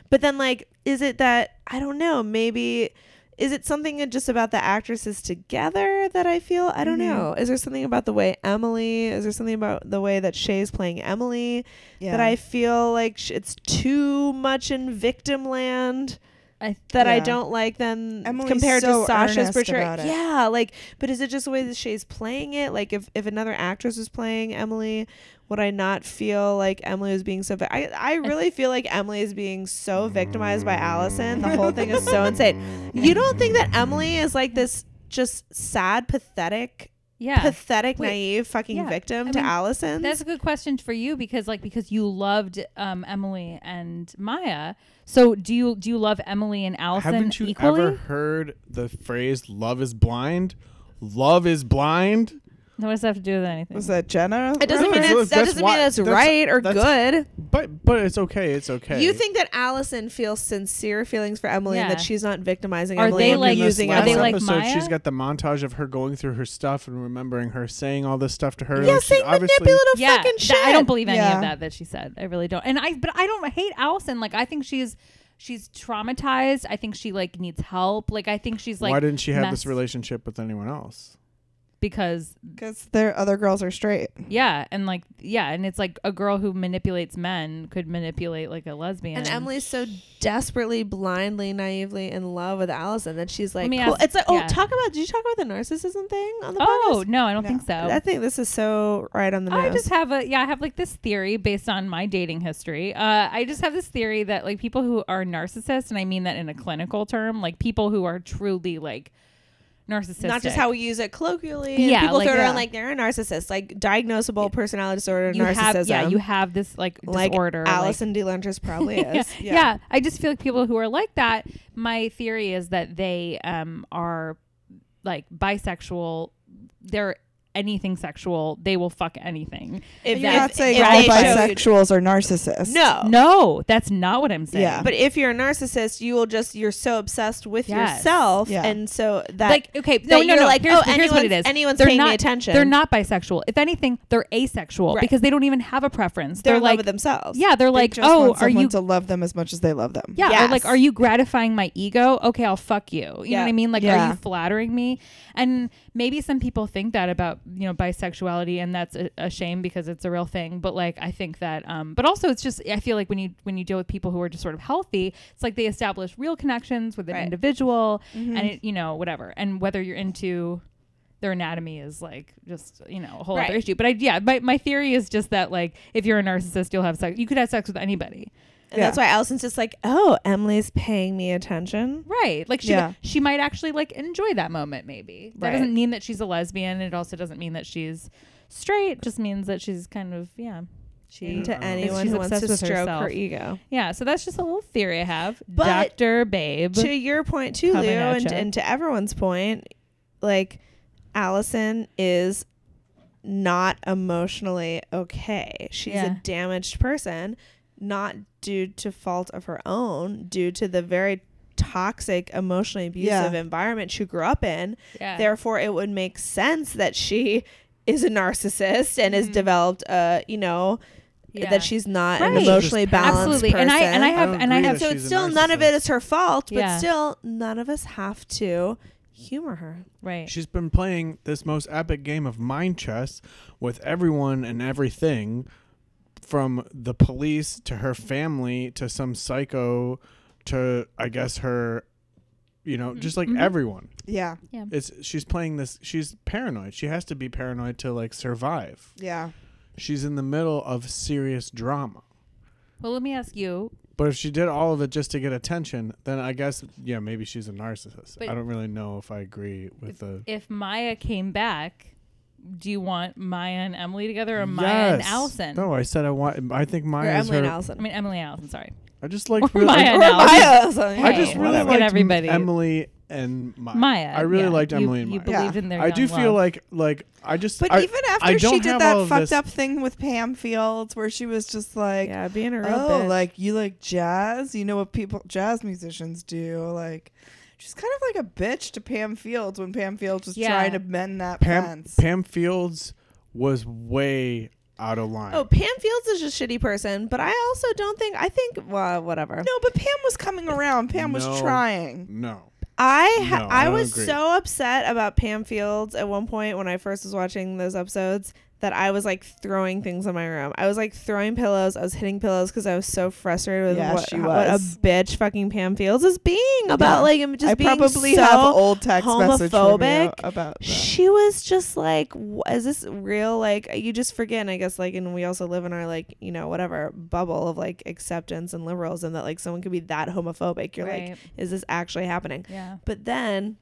But then like is it that I don't know, maybe is it something just about the actresses together that I feel? I don't know. Is there something about the way Emily? Is there something about the way that Shay's playing Emily that I feel like sh- it's too much in victim land?
I
that I
Yeah.
don't like them
Emily's
compared
so
to Sasha's
earnest
portrayal.
about it.
Yeah, like, but is it just the way that Shay's playing it? Like, if, if another actress was playing Emily, would I not feel like Emily was being so? Vi- I I really feel like Emily is being so victimized by Allison. The whole thing is so insane. You don't think that Emily is like this just sad, pathetic,
yeah.
pathetic,
Wait,
naive fucking
yeah.
victim
I
to
mean,
Allison?
That's a good question for you because like because you loved um, Emily and Maya. So do you do you love Emily and Allison
Haven't you
equally?
ever heard the phrase "love is blind"? Love is blind.
No, what does that have to do with anything?
Was that Jenna?
it doesn't
Right.
mean
That's-
it's, that
that's
doesn't
why-
mean that's,
that's-
right or
that's-
good.
But but it's okay. It's okay.
You think that Allison feels sincere feelings for Emily and
Yeah.
that she's not victimizing
Are
Emily
they,
and
like,
using
are they
Emily.
like
episode,
Maya?
she's got the montage of her going through her stuff and remembering her saying all this stuff to her.
yeah,
like, she's
saying
obviously-
manipulative
yeah,
fucking
that-
shit.
I don't believe any
Yeah.
of that that she said. I really don't. And I, but I don't hate Allison. Like I think she's she's traumatized. I think she like needs help. Like I think she's like.
Why didn't she have this
messed-
relationship with anyone else?
because
because their other girls are straight.
yeah, and like yeah, and it's like a girl who manipulates men could manipulate like a lesbian.
And Emily's so desperately, blindly, naively in love with Allison that she's like,
me
cool.
ask-
it's like, oh,
yeah.
talk about, did you talk about the narcissism thing on the
Oh
podcast?
no, I don't think so.
I think this is so right on the nose.
I just have a yeah, I have like this theory based on my dating history. Uh, I just have this theory that like people who are narcissists, and I mean that in a clinical term, like people who are truly like narcissistic.
not just how we use it colloquially. and
Yeah,
people
like-
throw it
yeah.
around like they're a narcissist, like diagnosable personality disorder,
you
narcissism.
have yeah, you have this like
like
disorder. like-
Allison DeLontris probably
yeah,
is.
yeah. I just feel like people who are like that. My theory is that they um are like bisexual. They're anything sexual. They will fuck anything.
If
You're not
if-
saying
if
all
they showed-
bisexuals are narcissists.
No.
No, that's not what I'm saying.
Yeah.
But if you're a narcissist, you will just you're so obsessed with
Yes.
yourself,
Yeah.
and so that
like okay
that
no no
you're
no
like,
here's,
oh,
here's what it is
anyone's- anyone's
they're
paying me
not,
attention.
they're not bisexual if anything they're asexual
Right.
because they don't even have a preference
they're
they're,
in love
like
with themselves.
yeah they're
They
like
just
oh
want
are
someone
you
to love them as much as they love them?
yeah or like
Yes.
are you gratifying my ego okay i'll fuck you you know
Yeah.
what i mean like are
Yeah.
you flattering me and maybe some people think that about you know bisexuality and that's a, a shame because it's a real thing but like i think that um but also it's just i feel like when you when you deal with people who are just sort of healthy it's like they establish real connections with an
Right. Mm-hmm.
individual and it, you know whatever and whether you're into their anatomy is like just you know a whole
Right.
other issue but i yeah my, my theory is just that like if you're a narcissist you'll have sex you could have sex with anybody
and that's why Allison's just like, oh, Emily's paying me attention.
Right. Like she
Yeah.
she might actually like enjoy that moment maybe. That
Right.
doesn't mean that she's a lesbian. It also doesn't mean that she's straight. It just means that she's kind of yeah. She
To anyone
She's
who wants
obsessed
to
with
stroke her
herself.
ego.
Yeah, so that's just a little theory I have.
But-
Dr. Babe.
to your point too,
coming
Lou,
at
and,
ya.
and to everyone's point, like Allison is not emotionally okay. She's
Yeah.
a damaged person, not due to fault of her own, due to the very toxic, emotionally abusive
Yeah.
environment she grew up in.
Yeah.
Therefore, it would make sense that she is a narcissist and has developed a, you know,
Mm-hmm. Yeah.
that she's not an
Right.
emotionally balanced
Absolutely.
person.
And I and I have
don't
and I
agree
have
that
So
she's
it's
a
still none of it
narcissist.
is her fault, but
Yeah.
still none of us have to humor her.
right.
She's been playing this most epic game of mind chess with everyone and everything from the police to her family to some psycho to I guess her you know just like
Mm-hmm.
everyone.
Yeah.
It's she's playing this she's paranoid. She has to be paranoid to like survive.
Yeah.
She's in the middle of serious drama.
Well, let me ask you.
But if she did all of it just to get attention, then I guess yeah, maybe she's a narcissist.
But-
I don't really know if I agree with the
If Maya came back, do you want Maya and Emily together or Maya and
Yes.
Allison?
No, I said I want. I think
Or
Maya's
Emily
her.
and
I
Allison.
mean Emily and Allison, sorry.
I just like
Or
really.
Maya and Allison.
I just
Hey,
really
let's get
liked
everybody.
Emily and Maya.
Maya.
I really
yeah.
liked
You-
Emily and
you
Maya.
believed in their
I do
young
feel
love.
like like I just.
But
I-
even
I
after
don't
she did
have all
that
of
fucked
this-
up thing with Pam Fields, where she was just like,
Yeah, being a real
"Oh,
bitch.
like you like jazz? You know what people jazz musicians do? Like, she's kind of like a bitch to Pam Fields when Pam Fields was
Yeah.
trying to mend that
Pam
fence.
Pam Fields was way out of line.
oh, Pam Fields is a shitty person, but I also don't think I think well, whatever.
no, but Pam was coming around. Pam
No.
was trying.
no.
I ha-
No, I
I,
don't
was
agree.
so upset about Pam Fields at one point when I first was watching those episodes that I was like throwing things in my room. I was like throwing pillows. I was hitting pillows because I was so frustrated with
Yeah,
what,
she
how- what a
was.
bitch fucking Pam Fields is being about. Like I'm just
I
being
probably
so
have old text message from you
homophobic.
about that.
she was just like "Wh- is this real like you just forget and i guess like and we also live in our like you know whatever bubble of like acceptance and liberalism that like someone could be that homophobic you're
Right.
like is this actually happening
Yeah.
but then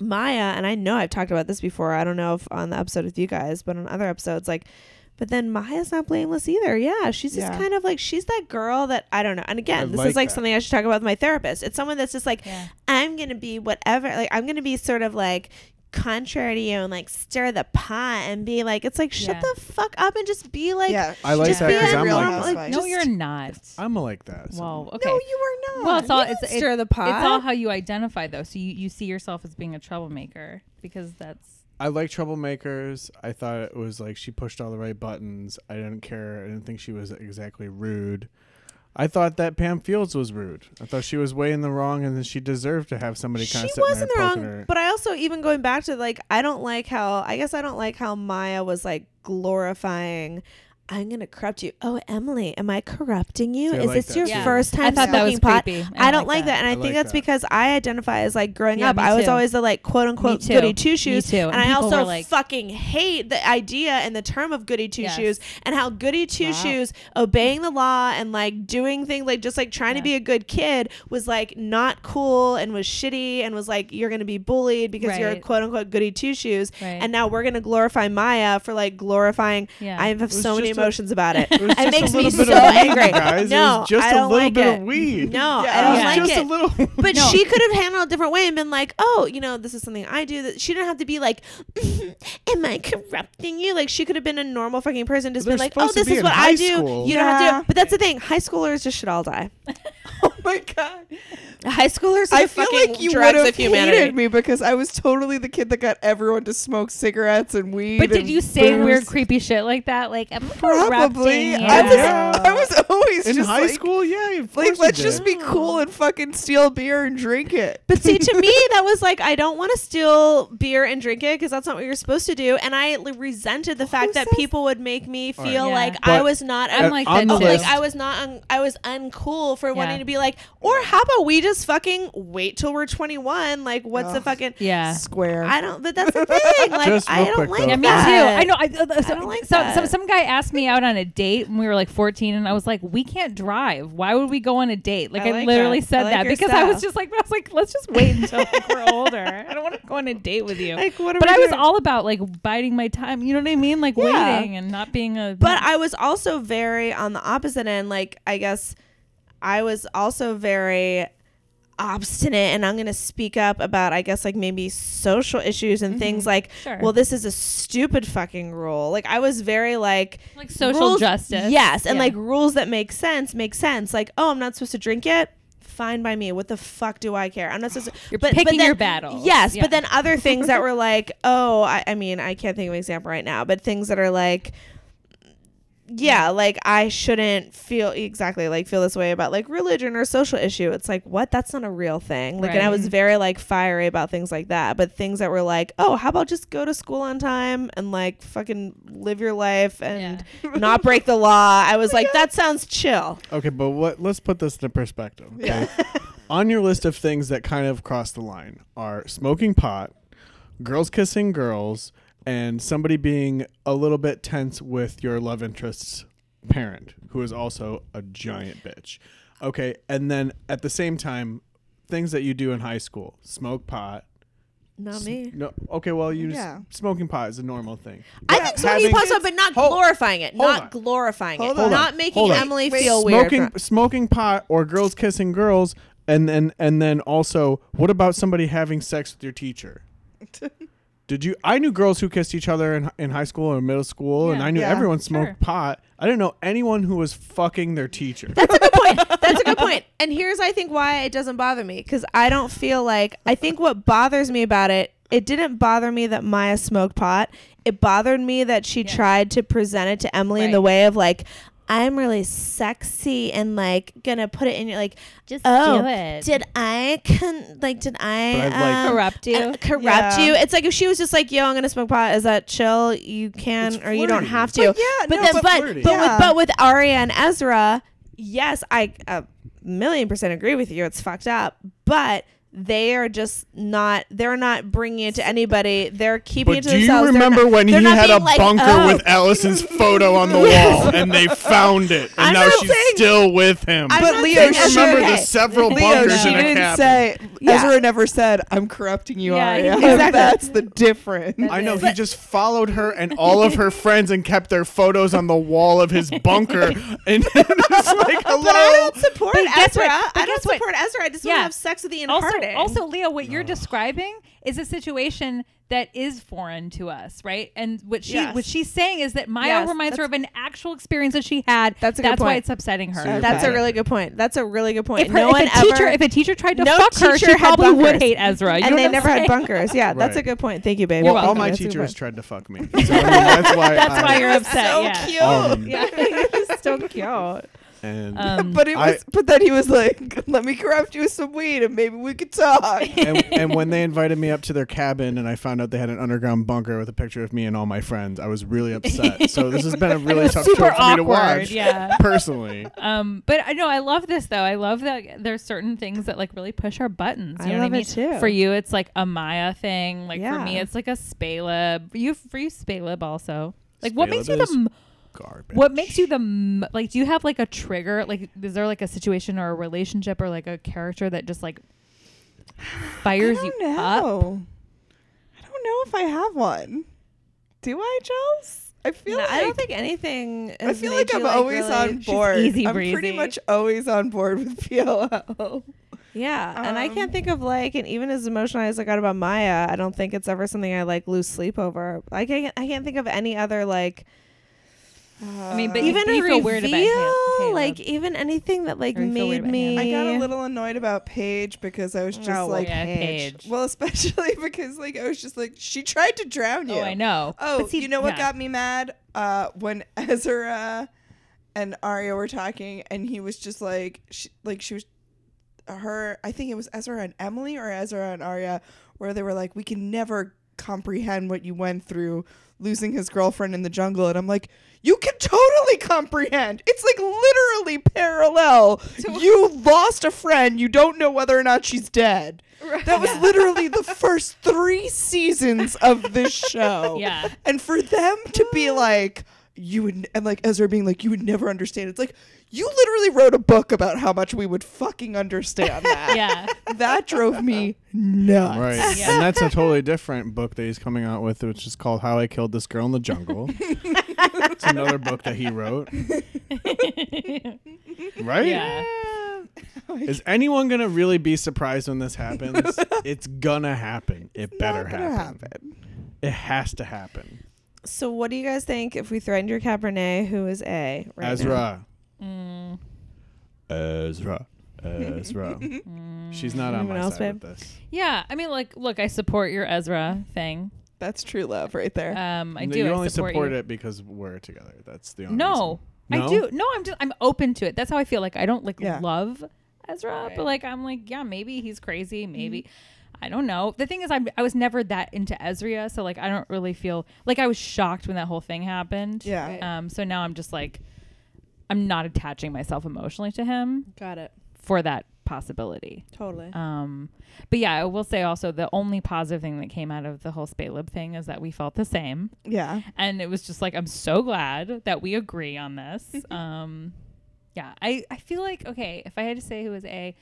maya and i know i've talked about this before i don't know if on the episode with you guys but on other episodes like but then Maya's not blameless either. Yeah, she's just
Yeah.
kind of like she's that girl that I don't know. And again,
I
this
like
is like
that.
something I should talk about with my therapist. It's someone that's just like
Yeah.
I'm gonna be whatever. Like I'm gonna be sort of like contrary to you and like stir the pot and be like it's like shut
Yeah.
the fuck up and just be like
yeah,
I like
just
that
be
because
a
I'm
normal-
like
Real
that.
Housewives.
No, you're not.
I'm like that. so-
Whoa. Okay.
no you are not
Well, it's all
You
it's
don't
it-
stir the pot
It's all how you identify, though. So you, you see yourself as being a troublemaker because that's
I like troublemakers. I thought it was like she pushed all the right buttons. I didn't care. I didn't think she was exactly rude. I thought that Pam Fields was rude. I thought she was way in the wrong, and that she deserved to have somebody kind
She
of sitting
was
there
in the
poking
wrong,
her.
but I also even going back to like I don't like how I guess I don't like how Maya was like glorifying. I'm gonna corrupt you. Oh, Emily, am I corrupting you?
See, I
Is
like
this
that
your
too.
Yeah.
first
I
time
thought that was
smoking pot?
creepy.
I, don't like that, and I,
I
think
like
that's
that.
because I identify as like growing
Yeah,
up.
me
I was
too.
always the like quote unquote
too.
goody two shoes,
Me too.
and,
And
I
people
also
were like-
fucking hate the idea and the term of goody two
Yes.
shoes and how goody two shoes obeying the law and like doing things like just like trying to be a good kid was like not cool and was shitty and was like you're gonna be bullied because you're a
Right.
quote unquote goody two shoes
Right.
and now we're gonna glorify Maya for like glorifying
Yeah.
I have
was
so many
just a-
emotions about it
was just
it
a
makes me
little
so
bit of weed,
angry
guys. It
no
was just
I
a
don't
little
like
bit
it.
of weed.
no
Yeah,
I
it was
don't like
just
it
a little.
but
No.
she could have handled it a different way and been like, "Oh, you know, this is something I do." That she didn't have to be like, "Mm-hmm, "Am I corrupting you?" Like she could have been a normal fucking person, just
They're
been like, "Oh,
supposed to
this
be
is
in
what
high
I do."
school.
You don't have
Yeah.
to. But that's the thing: high schoolers just should all die.
Oh my god!
High schoolers are
I
the
feel
fucking
like you would
drugs
have
of humanity.
hated me because I was totally the kid that got everyone to smoke cigarettes and weed.
But did
and
you say
booze.
weird, creepy shit like that? Like, I'm
Probably.
corrupting you.
I,
Yeah.
just, I was always
In
just
high
like,
school, yeah. of
Like,
course you
let's
did.
just be cool and fucking steal beer and drink it.
But see, to me, that was like, I don't want to steal beer and drink it because that's not what you're supposed to do. And I like, resented the fact that
says-
people would make me
right.
feel
Yeah.
like I
But-
was not. oh,
I'm
Uh,
like
on
that
the
too.
like
list.
I was not un- I was uncool for wanting
Yeah.
to be like or how about we just fucking wait till we're 21 like what's the
Ugh.
fucking
Yeah.
Square.
I don't but that's the thing like
Just
I
real
don't
quick,
like
though.
Yeah, me too.
that.
I know. I, uh, so,
don't like
so,
that.
so some guy asked me out on a date when we were like 14, and I was like, "We can't drive. Why would we go on a date?" Like
I
I,
like
literally
that. I
said
like
that
your
because I was
style.
just like, I was like, "Let's just wait until like, we're older. I don't want to go on a date with you."
Like, what are
but
we
I was
doing?
all about like biding my time. You know what I mean? Like
Yeah.
waiting and not being a.
But I was also very on the opposite end like I guess I was also very obstinate and I'm going to speak up about I guess like maybe social issues and things like
Sure.
well this is a stupid fucking rule. Like I was very like
like social
rules-
justice.
Yes, and
Yeah.
like rules that make sense make sense. Like, oh, I'm not supposed to drink it. Fine by me. What the fuck do I care? I'm not supposed to.
You're picking your battles.
Yes,
Yeah.
but then other things that were like, oh, I, I mean, I can't think of an example right now, but things that are like, yeah, like I shouldn't feel exactly like feel this way about like religion or social issue. It's like, what? That's not a real thing. Like, and I
Right.
was very like fiery about things like that, but things that were like, oh, how about just go to school on time and like fucking live your life and not break the law. I was like, that sounds chill.
Okay, but what? Let's put this into perspective. Okay? On your list of things that kind of cross the line are smoking pot, girls kissing girls, and somebody being a little bit tense with your love interest's parent, who is also a giant bitch. Okay, and then at the same time, things that you do in high school: smoke pot.
Not me.
No, okay, well, you just-
Yeah.
smoking pot is a normal thing.
I think smoking
having-
pot's up, but not
Hold-
glorifying it.
hold
Not
on.
glorifying it.
Hold on.
Not
on,
making
hold on.
Emily feel weird.
smoking
for-
smoking pot or girls kissing girls and then and then also what about somebody having sex with your teacher did you i knew girls who kissed each other in, in high school or middle school and
Yeah.
i knew
Yeah,
everyone smoked
sure.
pot i didn't know anyone who was fucking their teacher
That's a good point. And here's I think why it doesn't bother me because I don't feel like I think what bothers me about it. It didn't bother me that Maya smoked pot. It bothered me that she tried to present it to Emily in the
Right.
way of like, I'm really sexy and like gonna put it in your like.
Just
oh,
do it.
did I con- like? Did I
But I'd like-
um,
Corrupt you?
uh, corrupt
Yeah.
you? It's like if she was just like, "Yo, I'm gonna smoke pot." Is that chill? You can
It's
or you don't
flirty.
have to.
But yeah,
but
no,
then,
but
but
flirty.
but
Yeah.
with but with Arya and Ezra, yes, I a million percent agree with you. It's fucked up, but they are just not. They're not bringing it to anybody. They're keeping
but
it to
do you
themselves. They're
remember
not-
when he
they're not
had a
being like,
bunker
"Oh,
with Allison's photo on the wall and they found it and
I'm
now
not
she's
saying-
still with him?
I'm
But
not
Leo,
saying
she
that's
remember
okay.
the several
Leo,
bunkers
she
in a
didn't
cabin.
say.
Yeah.
Ezra never said, "I'm corrupting you,
Yeah,
Arya."
exactly.
That's the difference.
I know he just followed her and all of her friends and kept their photos on the wall of his bunker, and it's like, hello.
But I don't support
But guess
Ezra.
what? But
I don't
guess what?
support Ezra. I just want to
Yeah.
have sex with the
also,
inhardened.
also, Leo, what you're describing is a situation that is foreign to us, right? And what she
Yes.
what she's saying is that Maya
Yes,
reminds her
that's-
of an actual experience that she had.
That's a good
that's why
point.
it's upsetting her.
So
that's
Okay.
a really good point. That's a really good point.
if, her,
no one
if a teacher
ever,
if a teacher tried to
No
fuck her, she
teacher had
probably would
bunkers.
hate Ezra. You know
and they
what I'm
never had
saying?
bunkers. Yeah, that's
Right.
a good point. Thank you, babe.
well, all
welcome.
my
That's a good
teachers
point.
tried to fuck me. So, I mean, that's why.
That's
I,
why you're upset.
So
yeah.
cute.
Um,
Yeah, it's so cute.
and
um,
But it
I-
was. but then he was like, "Let me corrupt you with some weed, and maybe we could talk."
and, and when they invited me up to their cabin and I found out they had an underground bunker with a picture of me and all my friends, I was really upset. So this has been a really tough
super
show for me to
awkward,
watch.
yeah.
Personally.
Um, but I know I love this though. I love that there's certain things that like really push our buttons. You
I
know
love
what I mean?
it, too.
For you, it's like a Maya thing. Like for me,
Yeah.
it's like a Spaleb. You for you Spaleb also. Like
Spaleb
what makes you the
is
m-
Garbage.
what makes you the m- like? Do you have like a trigger? Like is there like a situation or a relationship or like a character that just like fires you up?
I don't know if I have one. Do I, Jules? I feel
No,
like
I don't think anything.
I
has
feel
made
like
you,
I'm always
really-
on board.
easy
I'm pretty
breezy.
much always on board with PLL.
Yeah, and I
Um,
can't think of like, and even as emotional as I got about Maya, I don't think it's ever something I like lose sleep over. I can't, I can't think of any other like
I mean, but
even
you,
a
you
reveal,
feel weird about Hal- Caleb.
like even anything that like
Or you feel weird
made
about
me.
him.
I got a little annoyed about Paige because I was just
Oh,
like,
yeah,
Paige.
Paige.
well, especially because like I was just like, she tried to drown you.
oh, I know.
Oh,
But see,
you know what
yeah.
got me mad? Uh, when Ezra and Arya were talking, and he was just like, she, like she was, her. I think it was Ezra and Emily or Ezra and Arya, where they were like, "We can never comprehend what you went through, losing his girlfriend in the jungle." And I'm like, "You can totally comprehend. It's like literally parallel. you lost a friend. You don't know whether or not she's dead." That was literally the first three seasons of this show.
Yeah.
And for them to be like, you would, and like Ezra being like, you would never understand. It's like, you literally wrote a book about how much we would fucking understand that.
Yeah.
That drove me nuts.
Right. And that's a totally different book that he's coming out with, which is called How I Killed This Girl in the Jungle. it's another book that he wrote. Right?
Yeah.
Is anyone going to really be surprised when this happens? it's going to happen. It better
gonna
happen. It has to happen.
So, what do you guys think if we threatened your Cabernet? Who is A? Right now?
Ezra. Ezra. Ezra.
Mm.
She's not on
Anyone
my
else,
side with
babe?
this.
Yeah, I mean, like, look, I support your Ezra thing.
That's true love right there.
Um, I
No,
do.
You
I
only
support, you.
it because we're together. That's the only
No,
reason.
I do. No, I'm just I'm open to it. That's how I feel. Like I don't like
Yeah.
love Ezra, but like I'm like yeah, maybe he's
Mm-hmm.
crazy, maybe. I don't know. The thing is, I I was never that into Ezria, so like I don't really feel like I was shocked when that whole thing happened.
Yeah. Right.
Um. So now I'm just like, I'm not attaching myself emotionally to him
Got it.
for that possibility.
Totally.
Um, but yeah, I will say also the only positive thing that came out of the whole Spaleb thing is that we felt the same,
yeah.
and it was just like I'm so glad that we agree on this. um, yeah, I I feel like okay, if I had to say who was a,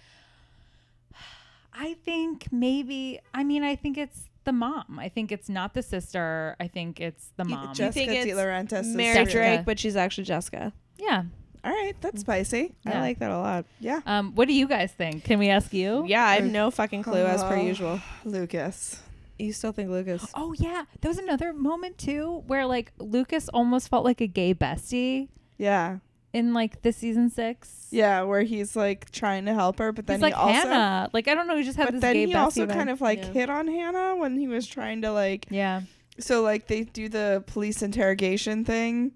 I think maybe I mean I think it's the mom. I think it's not the sister. I think it's the mom.
Jessica
think
De
it's
Laurentiis is
Mary
Jessica.
Drake, but she's actually Jessica.
yeah.
All right. That's spicy.
Yeah.
I like that a lot.
Mm. Yeah.
Um, what do you guys think? Can we ask you?
Yeah, I have no fucking clue as per
Oh.
usual.
Lucas.
You still think Lucas?
Oh yeah, there was another moment too where like Lucas almost felt like a gay bestie
Yeah.
in like the season six.
Yeah. Where he's like trying to help her, but then
he's like
he also.
Hannah. Like I don't know, he just had
But
this
then
gay
he
bestie
also
vibe.
kind of like
Yeah.
hit on Hannah when he was trying to like
yeah.
so like they do the police interrogation thing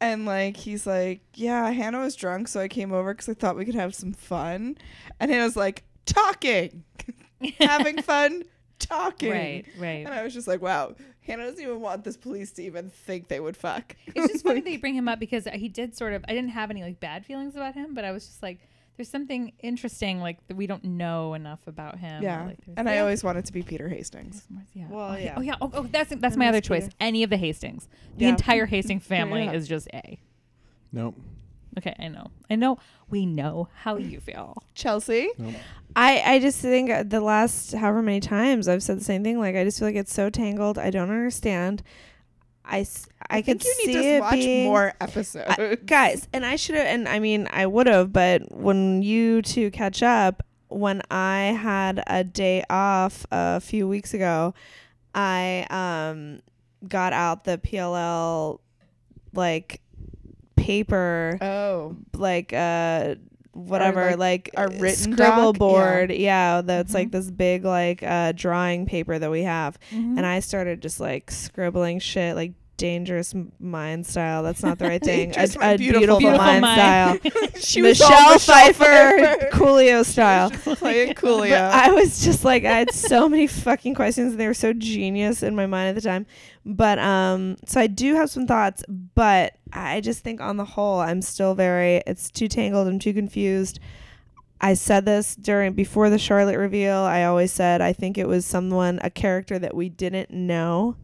and like he's like yeah hannah was drunk so i came over because i thought we could have some fun and hannah's like talking having fun talking
Right,
and
right.
i was just like wow hannah doesn't even want this police to even think they would fuck
It's just funny that you bring him up because he did sort of. I didn't have any like bad feelings about him, but I was just like, there's something interesting like that we don't know enough about him. or,
yeah
like, there's-
and i always wanted to be peter hastings
Yeah.
Well,
oh,
yeah.
Oh, yeah. Oh, oh, that's that's my other choice. Any of the Hastings. The
Yeah.
entire Hastings family
Yeah.
is just A.
Nope.
Okay, I know. I know. We know how you feel.
chelsea
I, I just think the last however many times I've said the same thing. Like I just feel like it's so tangled. I don't understand. I s- I,
i think
could
you
see
need to
it
watch
being-
more episodes
I- guys. And I should have. And I mean, I would have. But when you two catch up, when I had a day off a few weeks ago, I um got out the PLL like paper
oh
like uh whatever
like,
like,
a
uh,
written
scribble
doc? Yeah. Mm-hmm.
board yeah, that's like this big like uh drawing paper that we have and i started just like scribbling shit like dangerous m- mind style. That's not the right thing. a,
Dangerous Mind,
a
Beautiful
beautiful,
Mind.
mind, style. Michelle, Pfeiffer, Coolio style.
Playing Coolio.
But I was just like, I had so many fucking questions, and they were so genius in my mind at the time. But um, so I do have some thoughts, but I just think on the whole, I'm still very. It's too tangled. I'm too confused. I said this during before the Charlotte reveal. I always said I think it was someone, a character that we didn't know,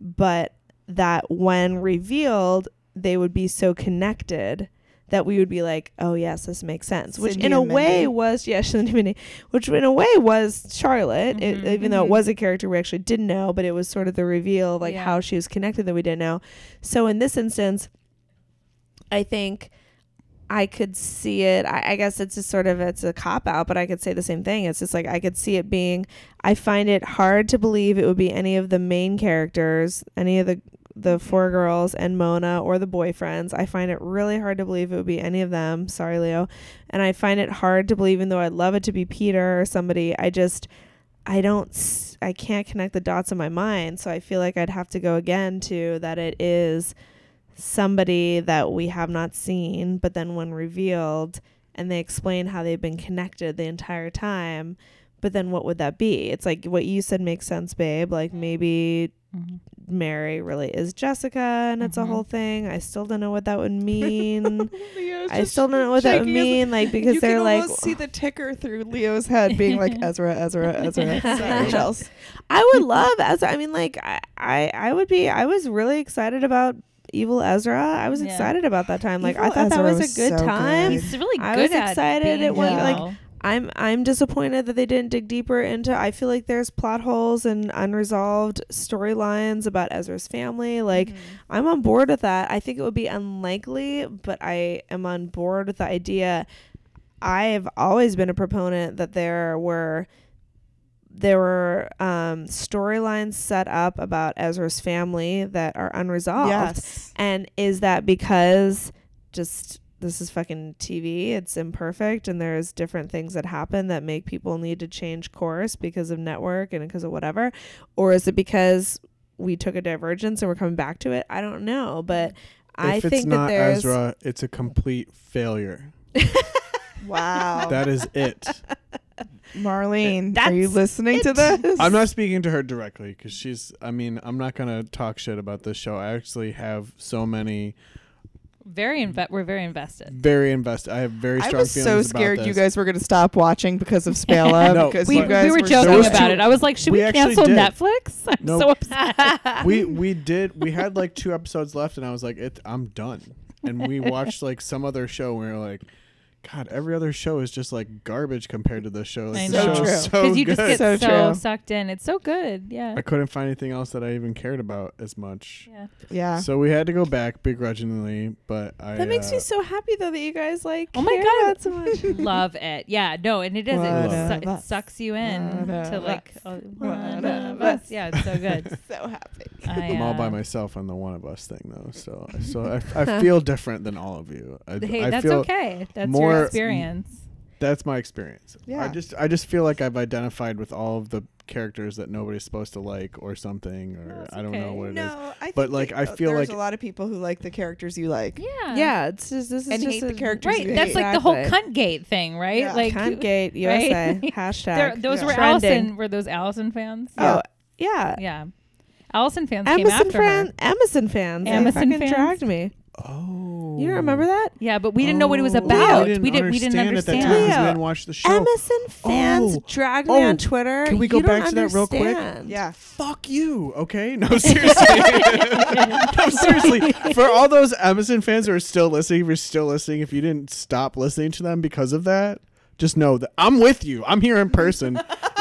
but that when revealed, they would be so connected that we would be like, "Oh yes, this makes sense." Which
Cindy
in a
and Mindy.
way was yeah, Cindy and Mindy, which in a way was Charlotte, it, even though it was a character we actually didn't know, but it was sort of the reveal, of, like
Yeah.
how she was connected that we didn't know. So in this instance, I think I could see it. I, I guess it's just sort of it's a cop out, but I could say the same thing. It's just like I could see it being. I find it hard to believe it would be any of the main characters, any of the the four girls and Mona or the boyfriends. I find it really hard to believe it would be any of them. Sorry, Leo. And I find it hard to believe, even though I'd love it to be Peter or somebody. I just I don't s- I can't connect the dots in my mind. So I feel like I'd have to go again to that it is somebody that we have not seen, but then when revealed and they explain how they've been connected the entire time, but then what would that be? It's like what you said makes sense, babe. Like maybe Mary really is Jessica and it's a whole thing. I still don't know what that would mean. I still don't know what that would
shaking his-
mean. Like because
you
they're
can
like
almost see the ticker through Leo's head, being like Ezra, Ezra, Ezra. Sorry, Chels.
I would love Ezra. I mean, like I, I, I would be. I was really excited about Evil Ezra. I was
Yeah.
excited about that time. Like I
Evil
thought that
Ezra
was,
was
a good
so
time.
good.
He's really good
I was
at
excited
being
it was, like,
evil.
I'm I'm disappointed that they didn't dig deeper into I feel like there's plot holes and unresolved storylines about Ezra's family. Like I'm on board with that. I think it would be unlikely, but I am on board with the idea. I've always been a proponent that there were there were um, storylines set up about Ezra's family that are unresolved.
Yes.
And is that because just this is fucking TV, it's imperfect, and there's different things that happen that make people need to change course because of network and because of whatever? Or is it because we took a divergence and we're coming back to it? I don't know, but I
Mm. if
think
it's
that
not
there's.
Ezra, it's a complete failure.
Wow.
That is it.
Marlene, are
That's
you listening to
it.
this?
I'm not speaking to her directly because she's. I mean, I'm not gonna talk shit about this show. I actually have so many
very inve- we're very invested.
very invested. I have very
I
strong
was
feelings
so
about
scared
this.
you guys were going to stop watching because of Spala.
No,
because
We-
you
we
guys
we were
so
joking
There was
about
two-
it. I was like, should we,
we actually
cancel
did.
Netflix? I'm
No.
so upset.
we we did we had like two episodes left and i was like it i'm done and we watched like some other show and we were like god every other show is just like garbage compared to this show
I
like,
know.
So
the show's
true.
so
you just
Oh, good.
get
So
so,
true.
sucked in. It's so good. Yeah.
i couldn't find anything else that i even cared about as much
Yeah.
Yeah.
so we had to go back begrudgingly but i
that makes
uh,
me so happy though that you guys like.
Oh my
care
God.
about it so much.
Love it. Yeah. No, and it is.
One
It,
of
su- it
us.
sucks you in
One
to
of
like.
us.
uh,
One of
One of
us.
us. Yeah. It's so good.
so happy.
I,
I'm all by
uh,
myself on the one of us thing though, so I- so I, I feel different than all of you. I,
Hey,
I
that's
feel
okay. That's
more-
your experience.
That's my experience.
Yeah.
I just I just feel like I've identified with all of the characters that nobody's supposed to like or something or
it's
I don't know
okay.
what it is.
No, I
But,
think
like,
that
I feel
there's
like-
a lot of people who like the characters you like.
Yeah.
yeah, it's just this is
And
just
hate the
a-
characters
Right.
you
That's like the whole
Exactly.
cunt gate thing, right?
Yeah.
Like
Cunt gate USA
right?
hashtag.
there- those
Yeah.
were
Trending.
Allison. Were those Allison fans?
Oh yeah,
Yeah. Allison fans came
Emerson,
after
fan,
her.
Emerson fans.
Emerson
they fucking
fans.
dragged me.
Oh.
You remember that?
Yeah, but we didn't know what it was
Oh.
about.
We didn't,
we, did, we didn't
understand
understand.
at that time 'cause we
Leo,
didn't watch the show.
Emerson fans
Oh.
dragged me
Oh.
on Twitter.
Can we go
You don't
back to that real quick?
understand.
Yeah.
Fuck you. Okay. No, seriously. no, seriously. For all those Emerson fans who are still listening, if you're still listening, if you didn't stop listening to them because of that, just know that I'm with you. I'm here in person.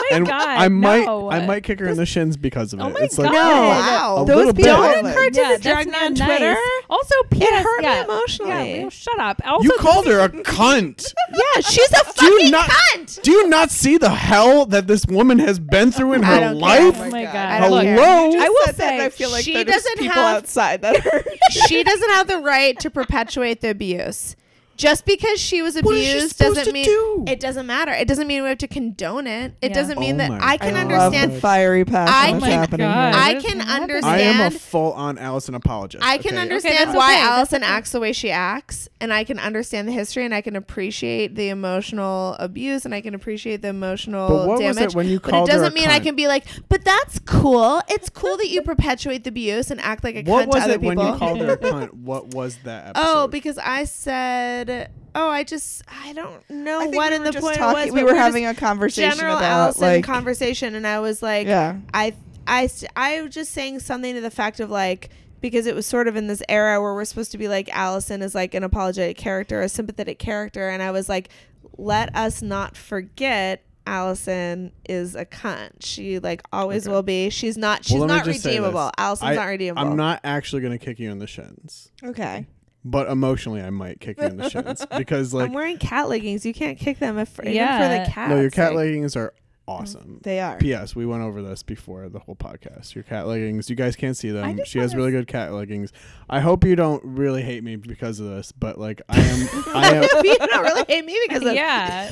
and
God,
I might
no.
I might kick her in the shins because of
Oh
it.
my
it's like
God.
a
Oh, Wow.
little
Those
bit.
people don't
Yeah,
encourage
Yeah,
you to
that's
drag me
not
on
nice.
Twitter. Oh,
Also, PS,
hurt me
yeah,
emotionally.
Yeah, Leo, shut up. Also,
you called her a cunt.
Yeah, she's a
do
fucking
not
cunt.
do you not see the hell that this woman has been through in her life?
Oh my god.
I don't
Hello.
care. I will
said that, and
say,
I feel like
she
there's
doesn't
people
have-
outside that are.
she doesn't have the right to perpetuate the abuse. Just because she was
What is she
abused
supposed
doesn't
to
mean
do?
it doesn't matter. It doesn't mean we have to condone it. It
Yeah.
doesn't mean
Oh
that
my
I can
God.
Love the
understand.
fiery passion
I
that's
can-
happening here.
oh God.
I
What
can
is happening?
I am
understand.
a full on Allison apologist.
I can
okay?
understand
that's
why
okay, that's
Allison acts the way she acts, and I can understand the history, and I can appreciate the emotional abuse, and I can appreciate the emotional
But what was
damage.
it when you
but it
called her a
doesn't mean I
cunt?
can be like, but that's cool. It's cool that you perpetuate the abuse and act like a
What
cunt to
was
other
it
people.
when you called her a cunt? What was that episode?
Oh, because I said, oh, I just, I don't know
I think
what
we
in
were
the
just
point
talking-
was.
we
but
were
just
having a conversation
general
about,
Allison
like-
conversation, and I was like,
Yeah.
I, I, s- I was just saying something to the fact of like. Because it was sort of in this era where we're supposed to be like Allison is like an apologetic character, a sympathetic character, and I was like, let us not forget Allison is a cunt. She like always will be. She's not. She's
Well, let me
not
just say
redeemable.
this.
Allison's
I-
not redeemable.
I'm not actually going to kick you in the shins,
okay.
but emotionally, I might kick you in the shins because, like,
I'm wearing cat leggings. You can't kick them if even for
Yeah.
the cat.
no, your cat leggings are
Mm,
awesome.
They are.
P.S. We went over this before the whole podcast. Your cat leggings, you guys can't see them. She has really good cat leggings. I hope you don't really hate me because of this, but like I am, I am.
People don't really hate me because of
yeah.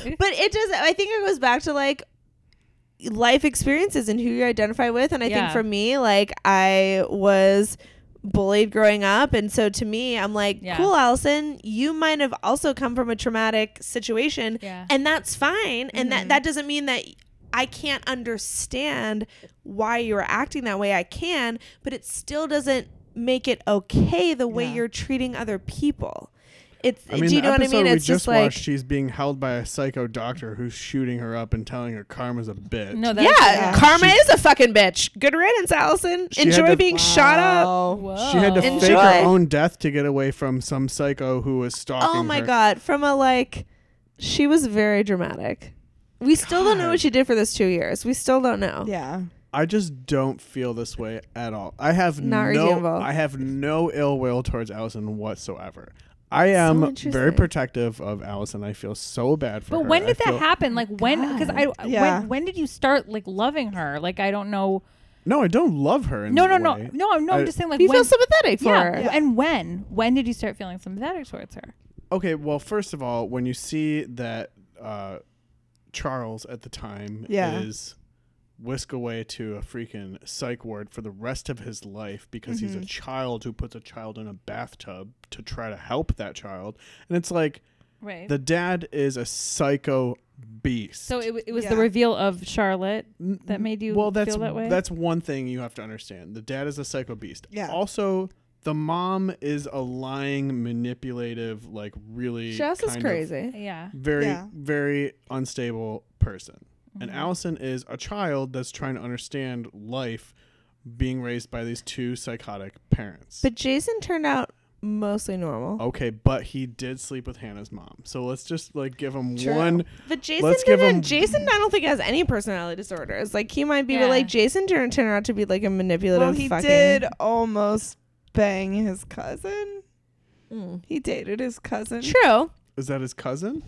But it does. I think it goes back to like life experiences and who you identify with. And I think
Yeah.
for me, like I was bullied growing up, and so to me, I'm like,
Yeah.
cool, Allison. You might have also come from a traumatic situation,
Yeah. Mm-hmm.
and that's fine. And that that doesn't mean that. I can't understand why you're acting that way. I can, but it still doesn't make it okay the way
Yeah.
you're treating other people. It's
I mean,
do you
the
know what I
episode
mean?
we
It's
just,
just like
watched, she's being held by a psycho doctor who's shooting her up and telling her karma's a bitch.
No, that
Yeah,
yeah.
karma
She-
is a fucking bitch. Good riddance, Allison.
She had
Enjoy
to-
being shot up.
She
Oh,
had to
Whoa.
fake her
Enjoy.
own death to get away from some psycho who was stalking
Oh my
her.
god, from a like, she was very dramatic. We still don't know what she did for those two years. We still don't know.
Yeah.
I just don't feel this way at all. I have
Not
no
redeemable.
I have no ill will towards Allison whatsoever. I am very
interesting.
protective of Allison. I feel so bad for her.
But when
I
did that
feel-
happen? Like when? Because I
Yeah.
when when did you start like loving her? Like I don't know.
No, I don't love her. In
No, no,
that
no,
way.
no. I'm- No,
I-
I'm just saying like
You
when.
feel sympathetic for
yeah.
her.
And when? When did you start feeling sympathetic towards her?
Okay, well, first of all, when you see that uh, Charles at the time
Yeah.
is whisked away to a freaking psych ward for the rest of his life because he's a
Mm-hmm.
child who puts a child in a bathtub to try to help that child, and it's like
Right.
the dad is a psycho beast.
so it, w- it was
Yeah.
the reveal of Charlotte that made you
well, that's
feel that way.
that's one thing you have to understand. The dad is a psycho beast.
Yeah.
Also, the mom is a lying, manipulative, like really
Jess is
kind of
crazy.
yeah.
very
Yeah.
very unstable person and allison is a child that's trying to understand life being raised by these two psychotic parents
But Jason turned out mostly normal.
okay but he did sleep with hannah's mom so let's just like give him one
But Jason
Let's give
didn't.
him-
Jason, I don't think has any personality disorders. Like he might be,
Yeah.
but like Jason didn't turn out to be like a manipulative.
Well, he
fucking-
did almost bang his cousin.
Mm.
He dated his cousin.
True.
is that his cousin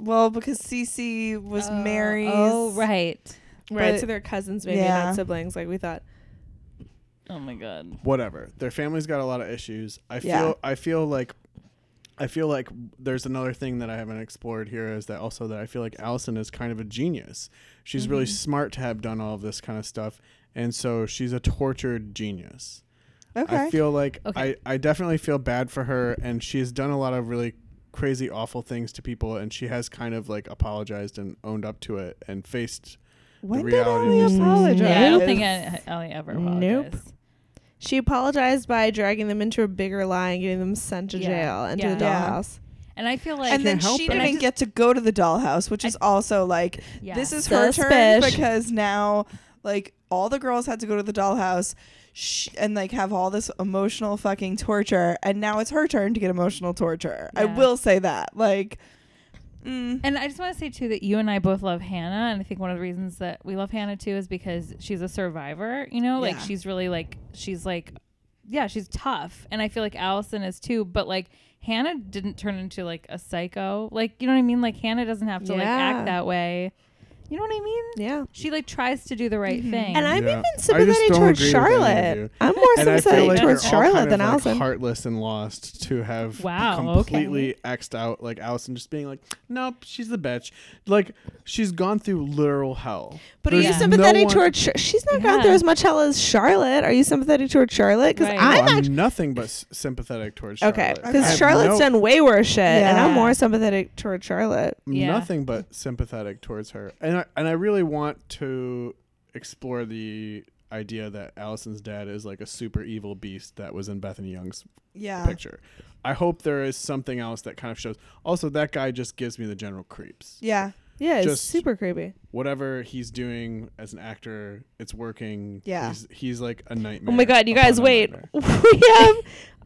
Well, because Cece was Mary's.
Oh right.
Right.
Uh, But-
so they're cousins, maybe
Yeah.
not siblings, like we thought.
Oh my god.
whatever their family's got a lot of issues i feel
Yeah.
i feel like I feel like there's another thing that I haven't explored here is that also that I feel like Allison is kind of a genius. She's really
Mm-hmm.
smart to have done all of this kind of stuff, and so she's a tortured genius.
Okay.
I feel like
Okay.
I, I definitely feel bad for her, and she has done a lot of really crazy, awful things to people, and she has kind of like apologized and owned up to it and faced
when
the
did
reality
Ollie
of these things.
apologize?
Yeah, I don't think I, Ellie ever apologized.
Nope. She apologized by dragging them into a bigger lie and getting them sent to
Yeah.
jail and to
Yeah.
the
Yeah.
dollhouse.
And I feel like
and then she
And I
didn't
just-
get to go to the dollhouse, which is also like
Yeah.
this is her turn
Suspish.
because now like all the girls had to go to the dollhouse sh- and like have all this emotional fucking torture, and now it's her turn to get emotional torture. I
Yeah.
will say that like. Mm,
And I just want to say too that you and I both love Hannah, and I think one of the reasons that we love Hannah too is because she's a survivor. You know, like
Yeah.
she's really like she's like, yeah, she's tough, and I feel like Allison is too. But like Hannah didn't turn into like a psycho. Like you know what I mean? Like Hannah doesn't have to like
Yeah.
act that way You know what I mean?
Yeah.
She like tries to do the right thing.
And I'm
Yeah.
even
I just
sympathetic
don't
towards
agree with any of you.
Charlotte. I'm more
And I feel
sympathetic
like
towards
they're all
Charlotte
kind of,
than
like,
Allison.
Heartless and lost to have
Wow,
completely xed out like Allison just being like, nope, she's the bitch. Like she's gone through literal hell.
But are you
There's no
sympathetic
one-
towards? Char- She's not gone through
Yeah.
as much hell as Charlotte. Are you sympathetic towards Charlotte? Because
Right. No,
No,
I'm
I'm
actually
nothing but s- sympathetic towards Charlotte.
okay.
I have
Because Charlotte's
no-
done way worse shit, and I'm
Yeah.
more sympathetic towards Charlotte.
Yeah.
nothing but sympathetic towards her. And I, and I really want to explore the idea that Allison's dad is like a super evil beast that was in Bethany Young's
Ah.
Yeah.
picture. I hope there is something else that kind of shows. Also, that guy just gives me the general creeps.
Yeah.
Yeah, it's
Just-
super creepy.
Whatever he's doing as an actor, it's working.
Yeah.
He's, he's like a nightmare.
Oh my god, you
upon
guys,
a
wait.
nightmare.
We have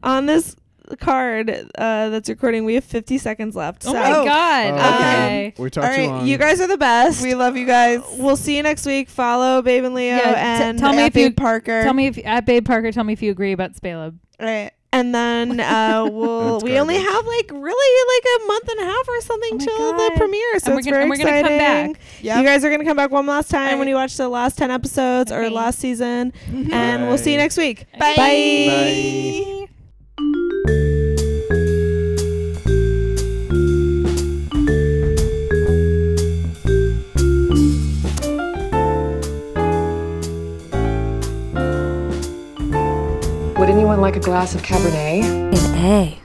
on this card uh, that's recording. We have 50 seconds left.
oh
so
my god.
Oh,
okay.
We talked
all
too
right,
long.
you guys are the best.
We love you guys.
We'll see you next week. Follow Babe and Leo,
Yeah, t-
and
tell me if
Effie
you-
Parker.
Tell me if at Babe Parker, tell me if you agree about Spaleb.
Right.
and then uh, we'll
That's
we only
garbage.
have like really like a month and a half or something
my
till the
God.
premiere. So
And we're
it's
gonna-
very
and we're gonna
exciting.
come back.
Yep.
You guys are gonna come back one last time when
Alright.
you watch the last ten episodes or
Okay.
last season, and we'll see you
Bye.
next week.
Bye.
Bye.
Would anyone like a glass of Cabernet?
An A.